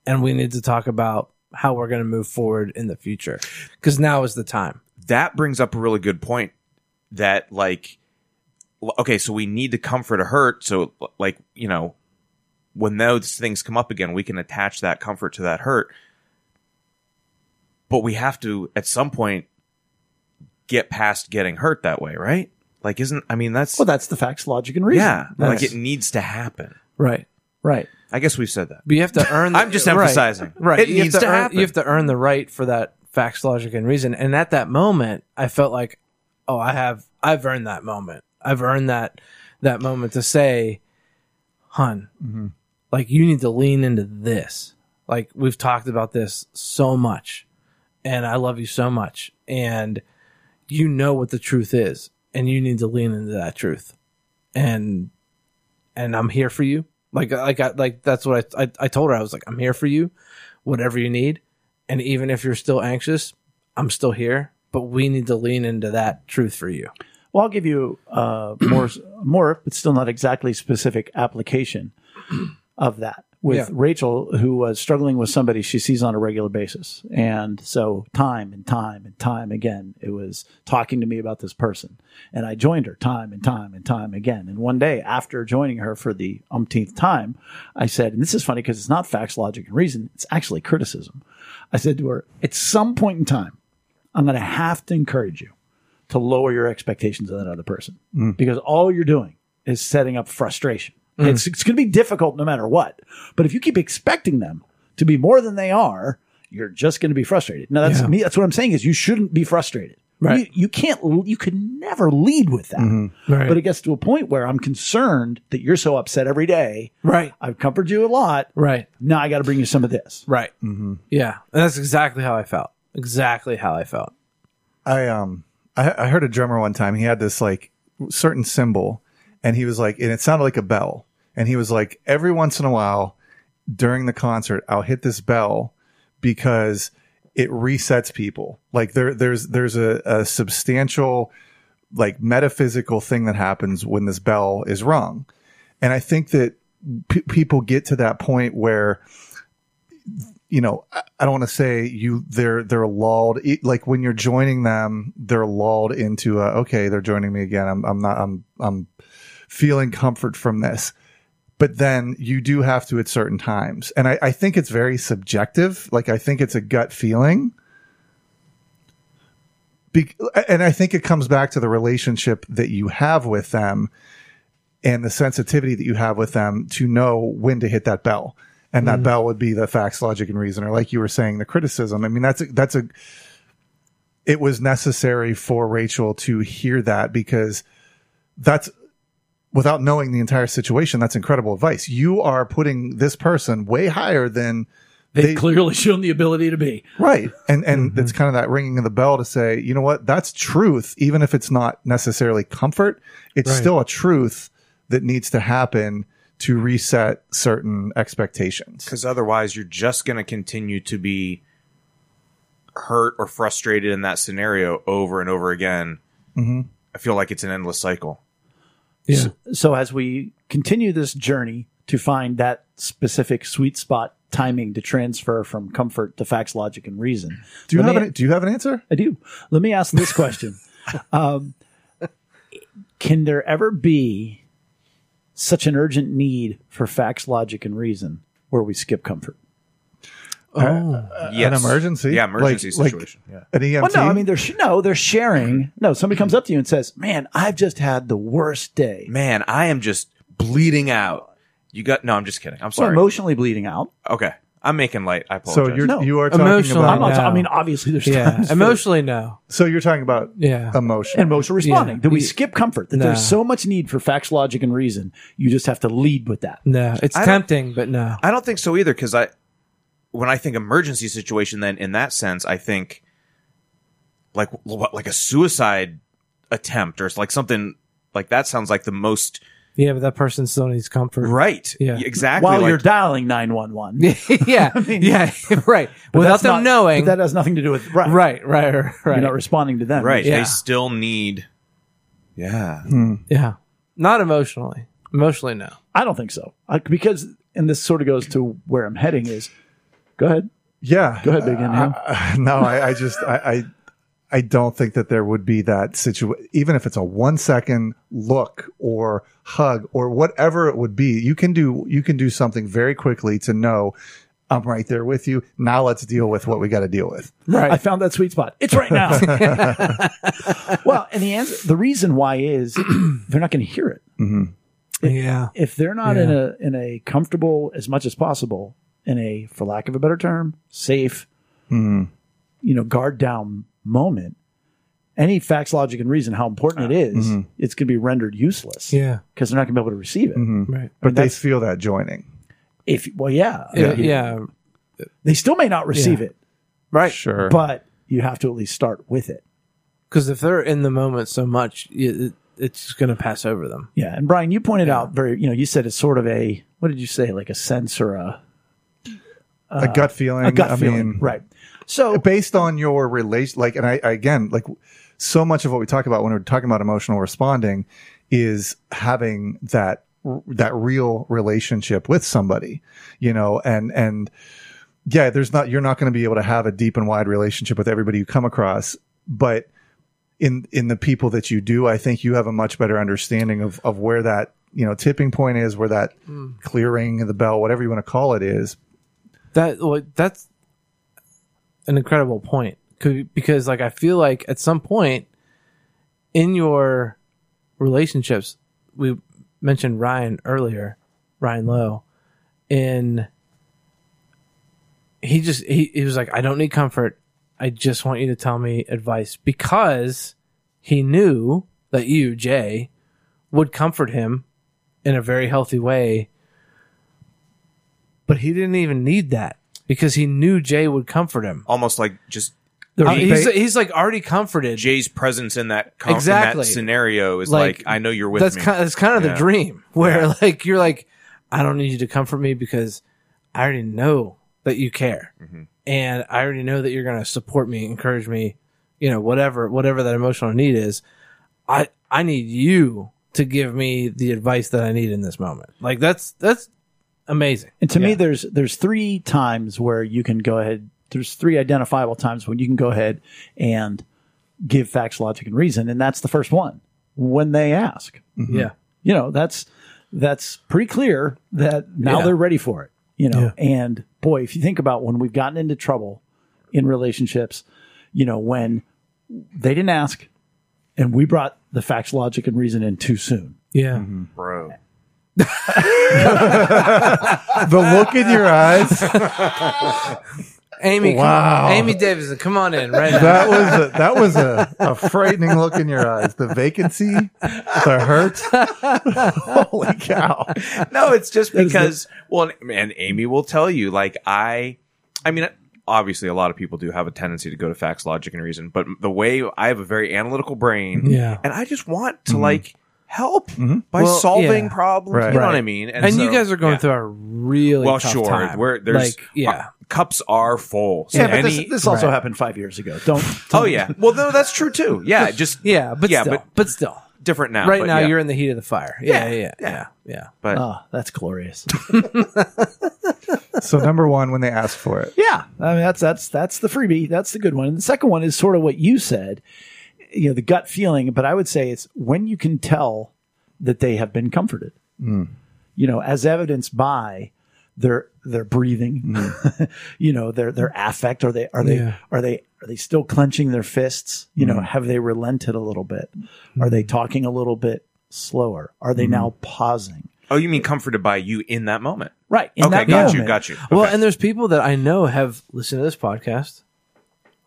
and we need to talk about how we're going to move forward in the future because now is the time.
that brings up a really good point that like l- okay, so we need to comfort a hurt. So, l- like, you know, when those things come up again, we can attach that comfort to that hurt. But we have to, at some point, get past getting hurt that way, right? Like, isn't, I mean, that's,
Well, that's the facts, logic, and reason.
yeah, like
That's-
it needs to happen.
Right.
right.
I guess we've said that.
But you have to earn. The,
I'm just
right.
emphasizing.
Right.
It
you have
needs to,
earn,
happen.
You have to earn the right for that facts, logic, and reason. And at that moment, I felt like, oh, I have, I've earned that moment. I've earned that that moment to say, hun,
Mm-hmm.
like you need to lean into this. Like we've talked about this so much, and I love you so much, and you know what the truth is, and you need to lean into that truth, and and I'm here for you. Like like I like that's what I I, I told her. I was like, I'm here for you whatever you need. And even if you're still anxious, I'm still here. But we need to lean into that truth for you.
Well, I'll give you uh, more, more, but still not exactly specific application of that with
Yeah.
Rachel, who was struggling with somebody she sees on a regular basis. And so, time and time and time again, it was talking to me about this person. And I joined her time and time and time again. And one day, after joining her for the umpteenth time, I said, and this is funny because it's not facts, logic, and reason, it's actually criticism. I said to her, at some point in time, I'm going to have to encourage you to lower your expectations of that other person
Mm.
because all you're doing is setting up frustration. It's, it's going to be difficult no matter what. But if you keep expecting them to be more than they are, you're just going to be frustrated. Now that's me. That's what I'm saying is you shouldn't be frustrated.
Right. Mm-hmm.
You, you can't. You can never lead with that.
Right.
But it gets to a point where I'm concerned that you're so upset every day.
Right.
I've comforted you a lot.
Right.
Now I got to bring you some of this.
Right. Mm-hmm. Yeah. And that's exactly how I felt. Exactly how I felt.
I um I, I heard a drummer one time. He had this like certain symbol, and he was like, and it sounded like a bell. And he was like, every once in a while during the concert, I'll hit this bell because it resets people. Like there there's there's a, a substantial like metaphysical thing that happens when this bell is rung, and I think that pe people get to that point where you know, I I don't want to say you they're they're lulled it- like when you're joining them, they're lulled into a, okay, they're joining me again. I'm I'm not I'm I'm feeling comfort from this. But then you do have to at certain times. And I, I think it's very subjective. Like I think it's a gut feeling. Be- and I think it comes back to the relationship that you have with them and the sensitivity that you have with them to know when to hit that bell. And that bell would be the facts, logic, and reason, or like you were saying, the criticism. I mean, that's a, that's a. It was necessary for Rachel to hear that because that's without knowing the entire situation. That's incredible advice. You are putting this person way higher than
They've clearly shown the ability to be.
right, and and
Mm-hmm.
it's kind of that ringing of the bell to say, you know what, that's truth, even if it's not necessarily comfort. It's still a truth that needs to happen to reset certain expectations.
because otherwise you're just going to continue to be hurt or frustrated in that scenario over and over again
Mm-hmm.
i feel like it's an endless cycle
Yeah.
so as we continue this journey to find that specific sweet spot timing to transfer from comfort to facts, logic, and reason.
Do you
Let
have
me-
an, Do you have an answer?
I do. Let me ask this question. um, can there ever be such an urgent need for facts, logic, and reason where we skip comfort? Oh.
yes.
An emergency?
yeah emergency
Like- like
situation yeah
An E EMT?
Well, no, I mean, there's no, they're sharing. No, somebody comes up to you and says, man, I've just had the worst day.
man i am just bleeding out you got no i'm just kidding i'm
So
sorry
emotionally bleeding out.
okay i'm making light i apologize
so you're
No.
you are talking
Emotional.
about
I'm not, I
no.
mean, obviously there's
Yeah.
times for-
Emotionally, no.
so you're talking about
Yeah.
emotion.
and emotional responding.
Yeah.
that we,
We-
skip comfort. That
No.
there's so much need for facts, logic, and reason. You just have to lead with that.
No. It's
I don't-
tempting, but no.
I don't think so either because I, when I think emergency situation, then in that sense, I think like what like a suicide attempt or it's like something like that sounds like the most
Yeah, but that person still needs comfort.
right.
Yeah.
exactly.
While
like-
you're dialing nine one one,
yeah. yeah. Right. Without them knowing.
that has nothing to do with right.
right. Right. Right.
You're not responding to them.
right,
Yeah.
they still need. Yeah,
Hmm. Yeah. Not emotionally. Emotionally, no.
I don't think so. I, because and this sort of goes to where I'm heading is. Go ahead. E.
Yeah.
Go ahead, Big N.
Uh, no, I, I just I, I don't think that there would be that situation, even if it's a one second look or hug or whatever it would be. You can do you can do something very quickly to know I'm right there with you. Now let's deal with what we got to deal with.
I found that sweet spot. It's right now. well, and the answer, the reason why is they're not going to hear it
Mm-hmm.
Yeah.
if they're not in a in a comfortable as much as possible in a for lack of a better term safe
Mm-hmm.
you know guard down moment any facts logic and reason how important it is,
Mm-hmm.
it's going to be rendered useless
Yeah.
because they're not going to be able to receive it
Mm-hmm.
Right.
But they
that's-
feel that joining.
if well yeah,
Yeah.
You- they still may not receive
Yeah.
it
Right.
Sure.
but you have to at least start with it
Because if they're in the moment so much, it, it- it's going to pass over them.
yeah and brian you pointed out very you know you said it's sort of a what did you say like a sense or a,
a gut feeling.
Uh, a gut
I
feeling
mean,
right so
based on your relation like and I, I again like so much of what we talk about when we're talking about emotional responding is having that that real relationship with somebody you know and and yeah there's not you're not going to be able to have a deep and wide relationship with everybody you come across but in in the people that you do i think you have a much better understanding of of where that you know tipping point is where that clearing of the bell whatever you want to call it is
That well, that's an incredible point. 'Cause- Because like I feel like at some point in your relationships, we mentioned Ryan earlier, Ryan Lowe, in he just he, he was like, I don't need comfort. I just want you to tell me advice because he knew that you, Jay, would comfort him in a very healthy way. But he didn't even need that because he knew Jay would comfort him.
Almost like just
Uh, he's,
ba-
he's like already comforted.
Jay's presence in that, com- in
Exactly.
that scenario is
Like,
like, I know you're with
that's
me.
kind. That's kind of
Yeah.
the dream where like you're like, I don't need you to comfort me because I already know that you care,
Mm-hmm.
and I already know that you're going to support me, encourage me, you know, whatever whatever that emotional need is. I I need you to give me the advice that I need in this moment. Like that's that's amazing.
And to me,
Yeah.
there's there's three times where you can go ahead. There's three identifiable times when you can go ahead and give facts, logic, and reason, and that's the first one when they ask.
Yeah.
You know, that's that's pretty clear that now
Yeah.
they're ready for it. You know, and boy, if you think about when we've gotten into trouble in relationships, you know, when they didn't ask, and we brought the facts, logic, and reason in too soon.
Yeah.
Mm-hmm. Bro.
the look in your eyes
Amy, come-
Wow.
Amy Davidson, come on in right now.
That was a, that was a, a frightening look in your eyes. The vacancy, the hurt. Holy cow!
no, it's just because. Well, and- and Amy will tell you. Like I, I mean, obviously, a lot of people do have a tendency to go to facts, logic, and reason. But the way I have a very analytical brain,
Yeah. Mm-hmm.
and I just want to like help by
Well,
solving
yeah.
problems.
Right.
You know what
Right.
I mean?
and
so-
you guys are going
yeah.
through a really
Well,
tough
sure.
time.
We're there's
like yeah.
uh, cups are full. So
Yeah, but
any-
this, this also happened five years ago. Don't.
oh yeah. Well, no, that's true too. Yeah, just
Yeah, but
Yeah,
still,
but-
but, still,
different now.
right
but
now
yeah.
you're uh, in the heat of the fire. Yeah, yeah, yeah, yeah.
But
Oh, that's glorious.
So number one, when they ask for it,
Yeah, I mean that's that's that's the freebie. That's the good one. And the second one is sort of what you said, you know, the gut feeling. But I would say it's when you can tell that they have been comforted.
Hmm.
You know, as evidenced by their their breathing,
Hmm.
you know, their their affect. Are they are they
Yeah.
are they are they still clenching their fists? You
Hmm.
know, have they relented a little bit? Are they talking a little bit slower? Are
Hmm.
they now pausing?
oh, you mean comforted by you in that moment?
Right. In
okay,
that
got you,
moment.
got you.
Well,
Okay.
and there's people that I know have listened to this podcast,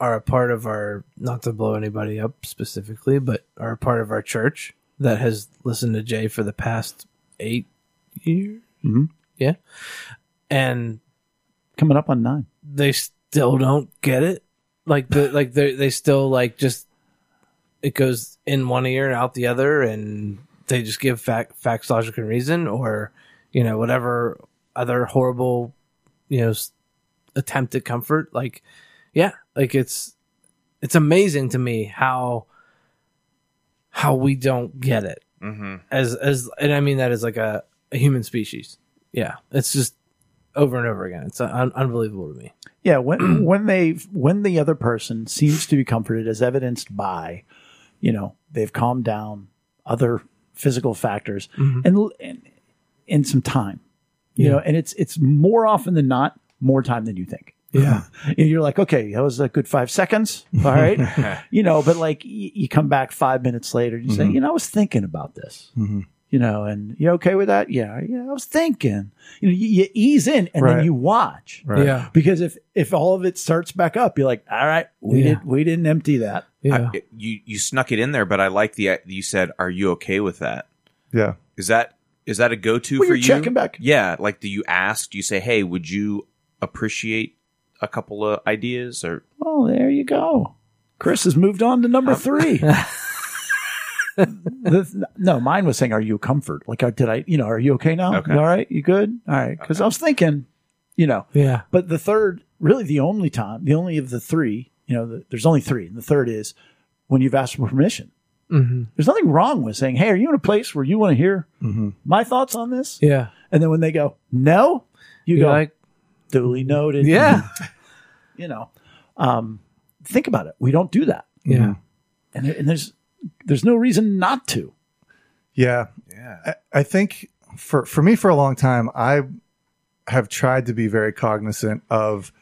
are a part of our not to blow anybody up specifically, but are a part of our church that has listened to Jay for the past eight years.
Mm-hmm.
Mhm.
Yeah, and
Coming up on nine.
they still don't get it. Like the like they they still like just it goes in one ear and out the other, and they just give fact facts, logic, and reason, or you know whatever other horrible you know s- attempt at comfort. Like yeah, like it's it's amazing to me how how we don't get it
hmm
as as and I mean that as like a, a human species. Yeah, it's just over and over again. It's un- unbelievable to me.
Yeah, when when they when the other person seems to be comforted, as evidenced by, you know, they've calmed down, other physical factors, and, and and some time, you know, and it's it's more often than not more time than you think.
Yeah.
And you're like, okay, that was a good five seconds, all right, you know, but like you, you come back five minutes later and you say, you know, I was thinking about this.
Mm-hmm.
You know, and you okay with that? Yeah, yeah. I was thinking. You know, you, you ease in, and
Right.
then you watch.
Right.
Yeah.
Because if if all of it starts back up, you're like, all right, we
Yeah.
did we didn't empty that.
Yeah.
I- you you snuck it in there, but I like the uh, you said, "Are you okay with that?"
Yeah.
Is that is that a go to
Well,
for
you're
you?
checking back.
Yeah, like do you ask? Do you say, "Hey, would you appreciate a couple of ideas?" Or
Well, there you go. Chris has moved on to
Um,
number three. The- no, mine was saying, "Are you comfort? Like, uh, did I? You know, are you okay now?
Okay.
You all right? You good? All right?" Because I was thinking, you know,
Yeah.
But the third, really the only time, the only of the three, you know, the, there's only three. And the third is when you've asked for permission.
Mhm.
There's nothing wrong with saying, hey, are you in a place where you want to hear
Mhm.
my thoughts on this?
Yeah.
And then when they go, no, you
You're
go,
like,
duly noted.
yeah.
You know, um, think about it. We don't do that.
Mm-hmm.
Yeah.
And, there- and there's, there's no reason not to.
Yeah.
yeah,
I, I think for for me for a long time I have tried to be very cognizant of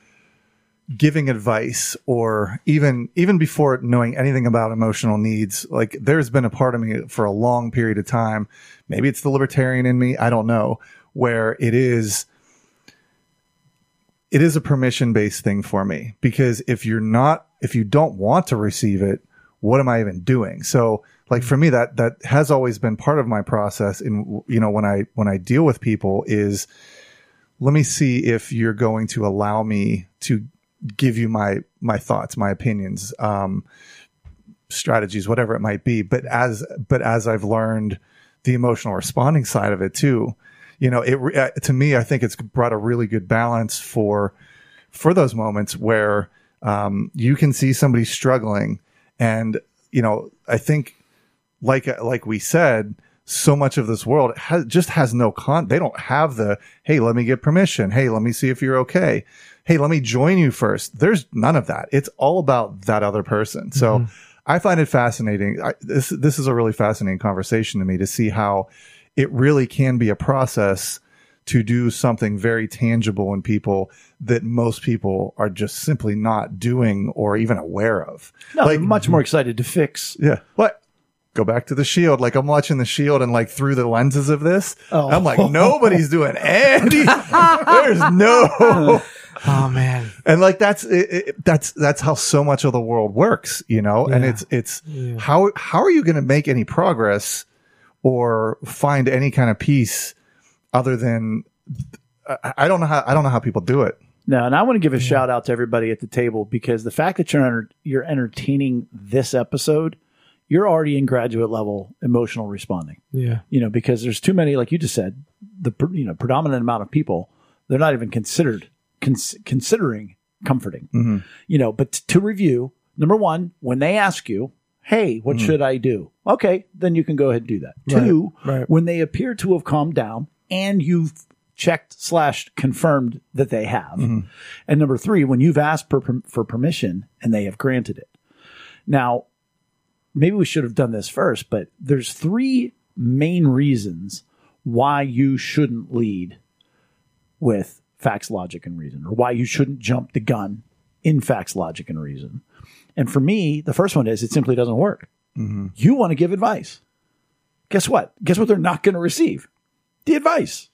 giving advice or even even before knowing anything about emotional needs like there's been a part of me for a long period of time maybe it's the libertarian in me I don't know where it is it is a permission based thing for me because if you're not if you don't want to receive it what am i even doing so like for me that that has always been part of my process in you know when i when i deal with people is let me see if you're going to allow me to give you my my thoughts my opinions um strategies whatever it might be but as but as i've learned the emotional responding side of it too you know it re- uh, to me i think it's brought a really good balance for for those moments where um, you can see somebody struggling and you know i think like like we said so much of this world has, just has no con they don't have the hey let me get permission hey let me see if you're okay hey let me join you first there's none of that it's all about that other person so i find it fascinating I, this this is a really fascinating conversation to me to see how it really can be a process to do something very tangible in people that most people are just simply not doing or even aware of
No,
Like-
like, much more excited to fix.
yeah. What? Go back to the shield. Like I'm watching the shield and like through the lenses of this,
Oh.
I'm like, nobody's doing any. There's no.
Oh man.
And like that's it, it- that's that's how so much of the world works, you know. And
Yeah.
it's it's how how are you going to make any progress or find any kind of peace other than I, I don't know how I don't know how people do it.
No, and I want to give a shout out to everybody at the table because the fact that you're enter- you're entertaining this episode, you're already in graduate level emotional responding.
Yeah.
You know, because there's too many, like you just said, the pre- you know predominant amount of people they're not even considered cons- considering comforting.
Mhm.
You know, but t- to review, number one, when they ask you, "Hey, what should I do?" Okay, then you can go ahead and do that. Two,
Hmm. Right.
when they appear to have calmed down and you've checked slash confirmed that they have.
Mm-hmm.
And number three, when you've asked per, for permission and they have granted it. Now, maybe we should have done this first, but there's three main reasons why you shouldn't lead with facts, logic, and reason, or why you shouldn't jump the gun in facts, logic, and reason. And for me, the first one is it simply doesn't work. You want to give advice. Guess what? Guess what they're not going to receive? The advice.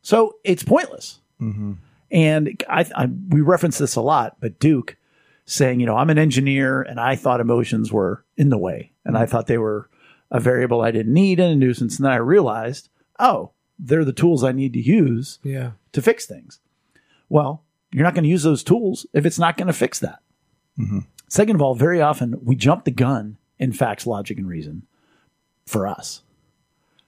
So it's pointless.
Mm-hmm.
And I, I, we reference this a lot, but Duke saying, you know, I'm an engineer and I thought emotions were in the way and I thought they were a variable I didn't need and a nuisance. And then I realized, oh, they're the tools I need to use
Yeah.
to fix things. Well, you're not going to use those tools if it's not going to fix that. Second of all, very often we jump the gun in facts, logic, and reason for us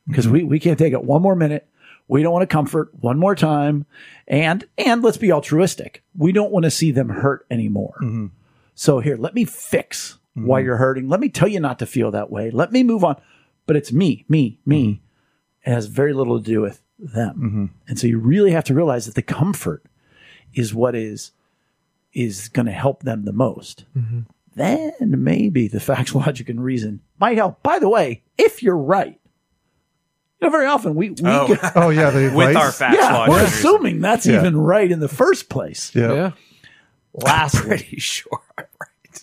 because we, we can't take it one more minute. We don't want to comfort one more time. And, and let's be altruistic. We don't want to see them hurt anymore. So here, let me fix
Mm-hmm.
why you're hurting. Let me tell you not to feel that way. Let me move on. But it's me, me, me.
Mm-hmm.
It has very little to do with them. And so you really have to realize that the comfort is what is is going to help them the most,
Mm-hmm.
then maybe the facts, logic, and reason might help. By the way, if you're right, you know, very often we, we
Oh.
get,
Oh yeah, the
with
advice?
our facts
yeah,
logic.
we're assuming that's
Yeah.
even right in the first place.
Yeah.
Yeah.
Lastly,
pretty sure.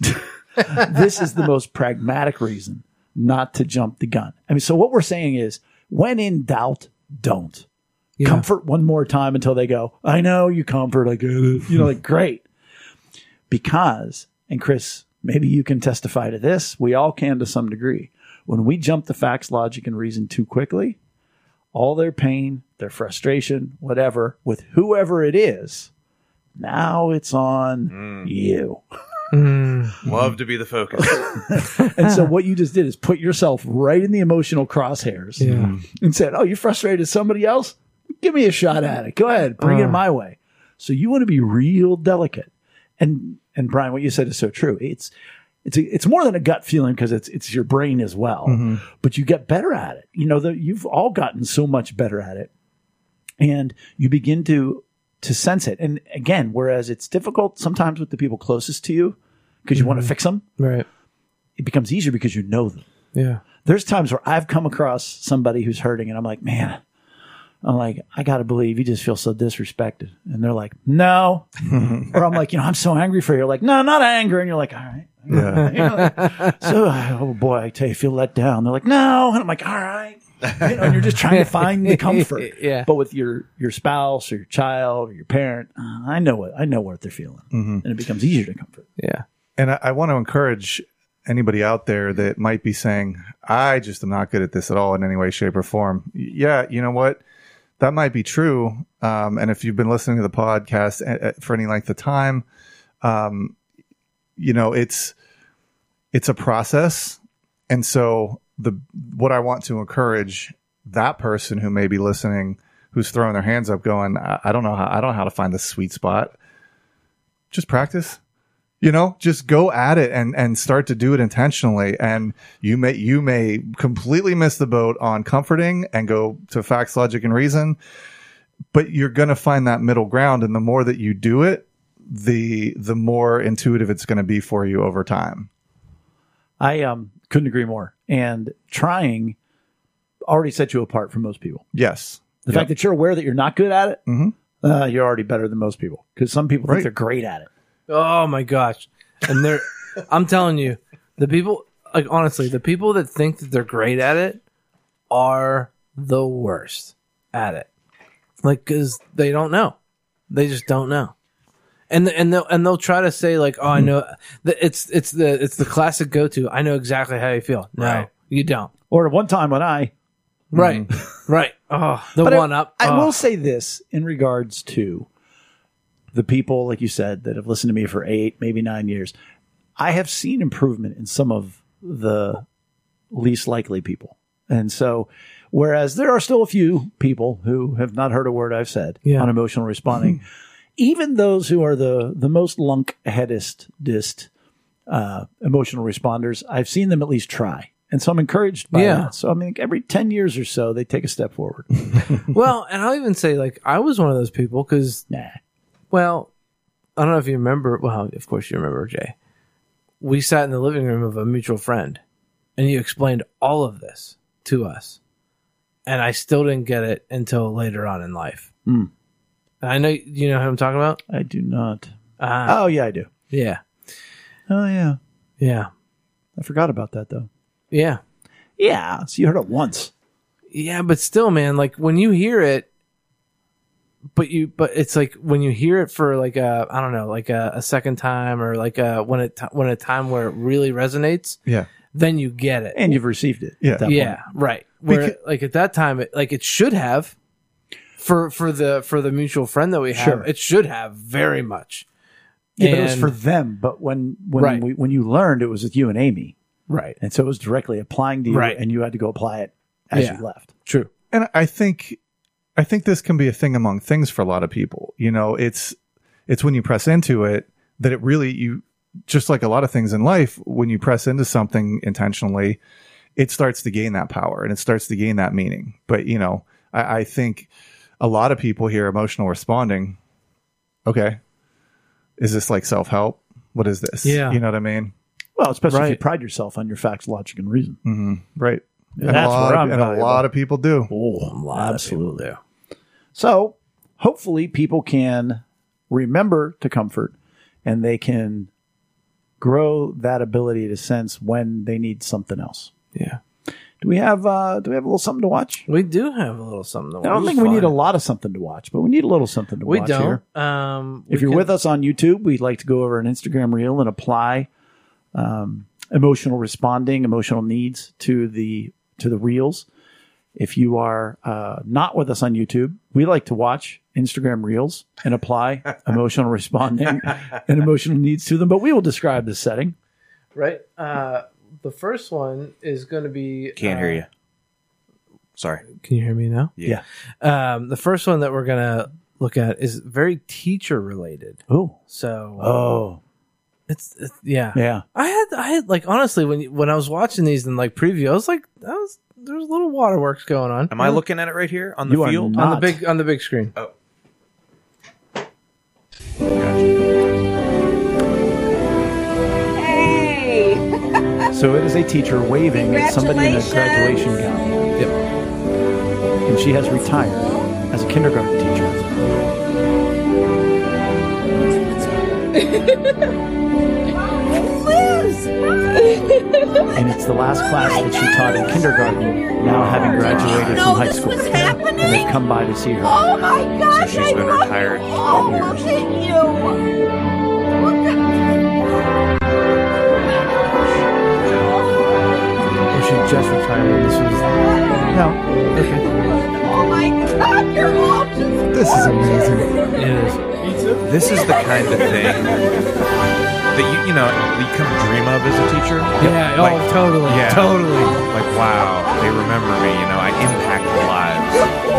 this is the most pragmatic reason not to jump the gun. I mean, so what we're saying is when in doubt, don't.
Yeah.
Comfort one more time until they go, I know you comfort, I get it. You know, like, great. Because, and Chris, maybe you can testify to this, we all can to some degree. When we jump the facts, logic, and reason too quickly, all their pain, their frustration, whatever, with whoever it is, now it's on you.
Mm-hmm.
Love to be the focus.
And so what you just did is put yourself right in the emotional crosshairs
Yeah.
and said, Oh, you frustrated somebody else? Give me a shot at it. Go ahead, bring it
Uh.
my way. So you want to be real delicate. And and Brian, what you said is so true. It's it's a, it's more than a gut feeling because it's it's your brain as well. But you get better at it. You know, the, you've all gotten so much better at it. And you begin to to sense it. And again, whereas it's difficult sometimes with the people closest to you because you want to fix them,
Right.
it becomes easier because you know them
Yeah.
there's times where I've come across somebody who's hurting and I'm like, man, I'm like, I got to believe you just feel so disrespected. And they're like, no.
Mm-hmm.
or I'm like, you know, I'm so angry for you. You're like, no, not angry. And you're like, all right.
Yeah.
You know, so, oh boy, I tell you, I feel let down. They're like, no. And I'm like, all right. You know, and you're just trying to find the comfort.
Yeah.
But with your, your spouse or your child or your parent, uh, I know what, I know what they're feeling
Mm-hmm.
and it becomes easier to comfort.
Yeah.
And I, I want to encourage anybody out there that might be saying, I just am not good at this at all in any way, shape, or form. Yeah, you know what? That might be true. Um, and if you've been listening to the podcast a- a- for any length of time, um, you know, it's it's a process. And so the what I want to encourage that person who may be listening, who's throwing their hands up going, I, I don't know how I don't know how to find the sweet spot. Just practice you know just go at it and and start to do it intentionally and you may you may completely miss the boat on comforting and go to facts logic and reason but you're going to find that middle ground and the more that you do it the the more intuitive it's going to be for you over time
I um, couldn't agree more. And trying already set you apart from most people.
yes
The fact that you're aware that you're not good at it,
Mhm.
uh, you're already better than most people. Because some people
Right.
think they're great at it.
Oh my gosh. And they're I'm telling you, the people like honestly, the people that think that they're great at it are the worst at it. Like cuz they don't know. They just don't know. And and they'll and they'll try to say like, "Oh, I
Mm-hmm.
know the- it's it's the it's the classic go-to. I know exactly how you feel." No,
Right.
you don't.
Or one time when I,
Right. Right. Oh,
Mm-hmm.
the
but I-
one up.
I
Oh.
will say this in regards to the people, like you said, that have listened to me for eight, maybe nine years. I have seen improvement in some of the least likely people, and so whereas there are still a few people who have not heard a word I've said
Yeah. Mm-hmm.
on emotional responding, even those who are the the most lunk headest dist uh, emotional responders, I've seen them at least try. And so I'm encouraged by
Yeah.
that. So I mean, every 10 years or so, they take a step forward.
Well, and I'll even say like I was one of those people cuz
nah.
Well, I don't know if you remember. Well, of course you remember, Jay. We sat in the living room of a mutual friend, and you explained all of this to us, and I still didn't get it until later on in life.
Hmm.
And I know you know who I'm talking about.
I do not.
Uh,
Oh yeah, I do.
yeah,
Oh yeah,
yeah,
I forgot about that though.
yeah,
Yeah, so you heard it once.
yeah. But still, man, like when you hear it, but you, but it's like when you hear it for like a, I don't know, like a, a second time or like a when it when a time where it really resonates,
yeah
then you get it.
and you've received it.
Yeah.
at that
yeah,
point.
right. Where
Because-
like at that time, it, like it should have for for the for the mutual friend that we have,
Sure.
it should have very much.
yeah, but it was
And-
for them. But when when
Right.
we, when you learned, it was with you and Amy,
right.
and so it was directly applying to you,
Right.
and you had to go apply it as
Yeah.
you left.
True.
and i think i think this can be a thing among things for a lot of people you know it's it's when you press into it that it really you just like a lot of things in life when you press into something intentionally it starts to gain that power and it starts to gain that meaning but you know i, I think a lot of people hear emotional responding okay is this like self help? What is this?
Yeah.
You know what I mean?
Well, especially if you
Right.
pride yourself on your facts, logic, and reason.
Mm-hmm. Right.
Yeah,
and a
that's
lot,
where
of-
I'm
and a
valuable.
lot of people do.
Oh, absolutely.
Yeah.
So hopefully people can remember to comfort and they can grow that ability to sense when they need something else.
Yeah.
Do we have uh do we have a little something to watch?
We do have a little something. To
I don't think we need a lot of something to watch, but we need a little something to
We
watch
don't.
here.
Um,
If you're with us on YouTube, we'd like to go over an Instagram reel and apply um, emotional responding, emotional needs to the to the reels. If you are uh, not with us on YouTube, we like to watch Instagram reels and apply emotional responding and emotional needs to them. But we will describe the setting.
right, uh, the first one is going to be.
Can't
uh,
hear you. Sorry.
Can you hear me now?
Yeah.
Um, the first one that we're gonna look at is very teacher related.
Oh,
So
oh,
it's, it's yeah.
yeah.
I had I had like honestly when you- when I was watching these in like preview, I was like, I was there's a little waterworks going on.
Am I looking at it right here on the
You are
field? Oh.
not-
on the big on the big screen?
Hey!
So it is a teacher waving at somebody in a graduation
Congratulations.
gown. And she has retired
Oh
as a kindergarten teacher.
Liz!
And it's the last class that she taught in kindergarten, now having graduated
No,
from high
this
school.
was
And they've
happening?
come by to see her.
Oh my gosh,
she's
I
been
love
retired
you.
for
Oh,
years.
look at you. Look
Or she just retired. This was
at
No,
Oh my god, you're all just
This is
gorgeous.
it is.
This is the kind of thing that you you know you kind of dream of as a teacher.
Yeah.
Like,
oh, totally.
yeah.
Totally.
Like wow, they remember me. You know, I impacted lives.
Oh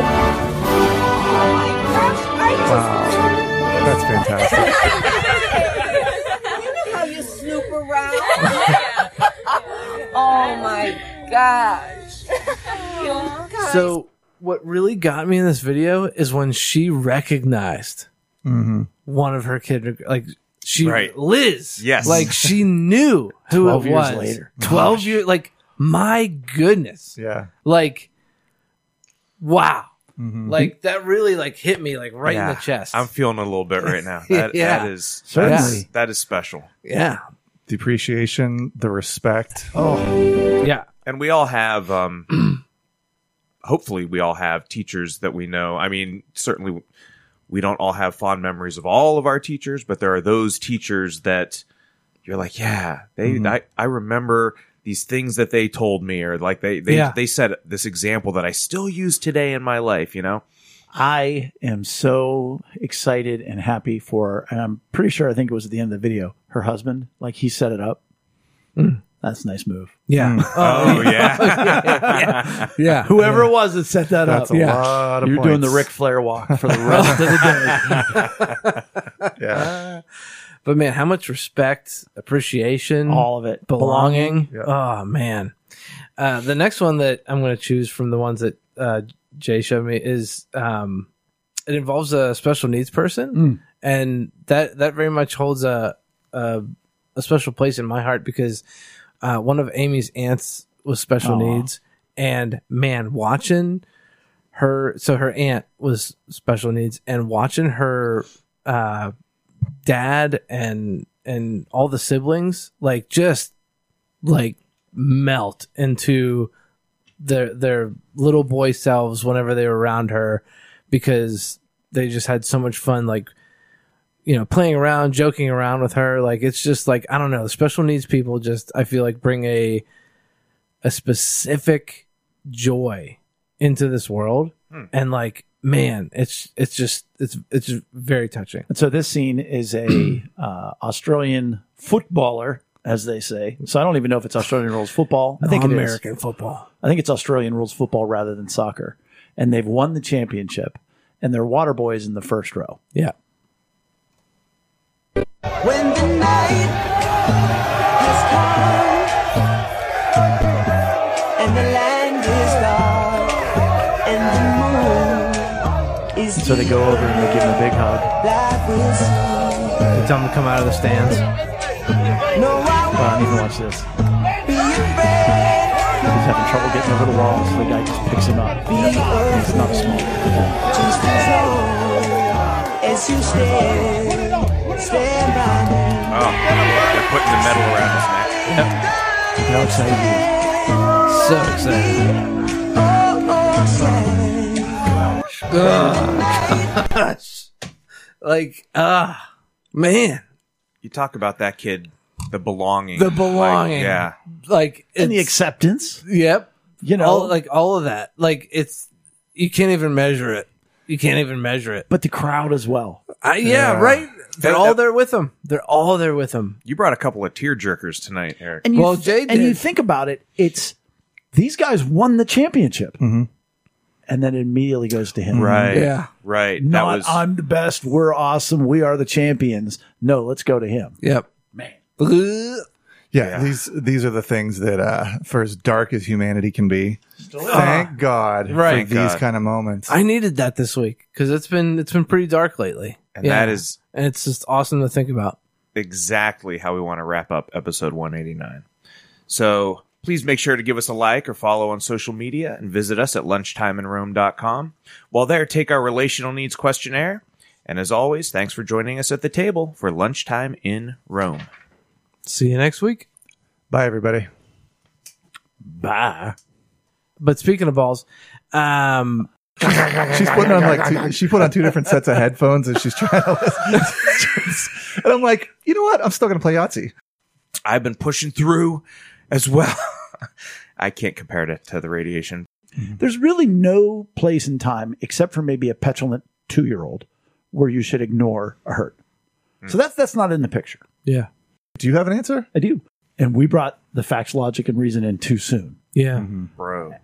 my gosh, I just
That's fantastic.
You know how you snoop around. oh my gosh. You guys-
So what really got me in this video is when she recognized
Mm-hmm.
one of her kinder like she
Right.
Liz.
Yes.
Like she knew who
12
it
years
was.
later.
Twelve years like my goodness.
yeah.
Like wow.
Mm-hmm.
Like that really like hit me like right in
Yeah,
the chest.
I'm feeling a little bit right now. That,
Yeah.
that is
Certainly.
that's- that is special.
yeah.
The appreciation, the respect.
Oh.
Yeah.
And we all have um hopefully we all have teachers that we know. I mean, certainly we don't all have fond memories of all of our teachers, but there are those teachers that you're like, yeah, they
Mm-hmm.
I, I remember these things that they told me or like they they
Yeah.
they said this example that I still use today in my life, you know?
I am so excited and happy for her. And I'm pretty sure I think it was at the end of the video. Her husband, like he set it up. That's a nice move.
Mm,
Yeah.
Oh yeah.
yeah. Yeah.
Whoever it was that set that
That's
up.
a
Yeah.
lot of
You're doing the
points.
Ric Flair walk for the rest of the day.
Yeah.
But man, how much respect, appreciation,
All of it.
belonging.
Yeah.
Oh man. Uh, the next one that I'm going to choose from the ones that uh, Jay showed me is um, it involves a special needs person,
Mm.
and that that very much holds a a, a special place in my heart because uh, one of Amy's aunts was special
Aw.
needs, and man, watching her so her aunt was special needs, and watching her uh, dad and and all the siblings like just like melt into their their little boy selves whenever they were around her because they just had so much fun like you know playing around joking around with her like it's just like i don't know the special needs people just i feel like bring a a specific joy into this world
Hmm.
and like man it's it's just it's it's very touching
And so this scene is a uh, Australian footballer, as they say. So I don't even know if it's Australian rules football. I think it is.
american football
I think it's Australian rules football rather than soccer. And they've won the championship, and their water boy is in the first row.
yeah
When the night has come and the land is dark and the moon is
So they go over and they give him a big hug.
Life will soon
You tell them to come out of the stands.
No, I
I
won't
don't even watch this.
be afraid.
He's having trouble getting over the wall, so the guy just picks him up.
Be
It's not small.
just as long as you stand, stand by me.
Oh, they're putting the metal around his neck.
How excited he is.
So excited.
Oh, oh, stand.
Like, ah, man.
You talk about that kid, the belonging,
The
like,
belonging.
yeah,
Like,
And the
it's-
acceptance,
Yep.
you know.
all like all of that. Like it's you can't even measure it. You can't even measure it.
but the crowd as well.
I, yeah, right. They're
That-
all
that-
there with him. They're all there with him.
you brought a couple of tear jerkers tonight, Eric.
And you
Well,
th-
Jay
and
did.
you think about it, it's these guys won the championship,
Mm-hmm.
and then it immediately goes to him.
right,
Yeah.
right.
Not
that was
I'm the best. We're awesome. We are the champions. No, let's go to him.
Yep. Man.
Yeah, these these are the things that, uh, for as dark as humanity can be, thank God for
Ah. Right.
these
God.
kind of moments.
I needed that this week because it's been it's been pretty dark lately.
and that is
and it's just awesome to think about.
exactly how we want to wrap up episode 189. So please make sure to give us a like or follow on social media and visit us at lunchtimeinrome.com. While there, take our relational needs questionnaire. And as always, thanks for joining us at the table for Lunchtime in Rome.
See you next week.
Bye, everybody.
Bye.
But speaking of balls, um,
She's putting on like two, she put on two different sets of headphones and she's trying to listen. and I'm like, you know what? I'm still gonna play Yahtzee.
I've been pushing through as well. I can't compare it to the radiation.
There's really no place in time, except for maybe a petulant two year old, where you should ignore a hurt. So that's that's not in the picture.
yeah,
Do you have an answer?
I do. And we brought the facts, logic, and reason in too soon.
yeah.
Bro.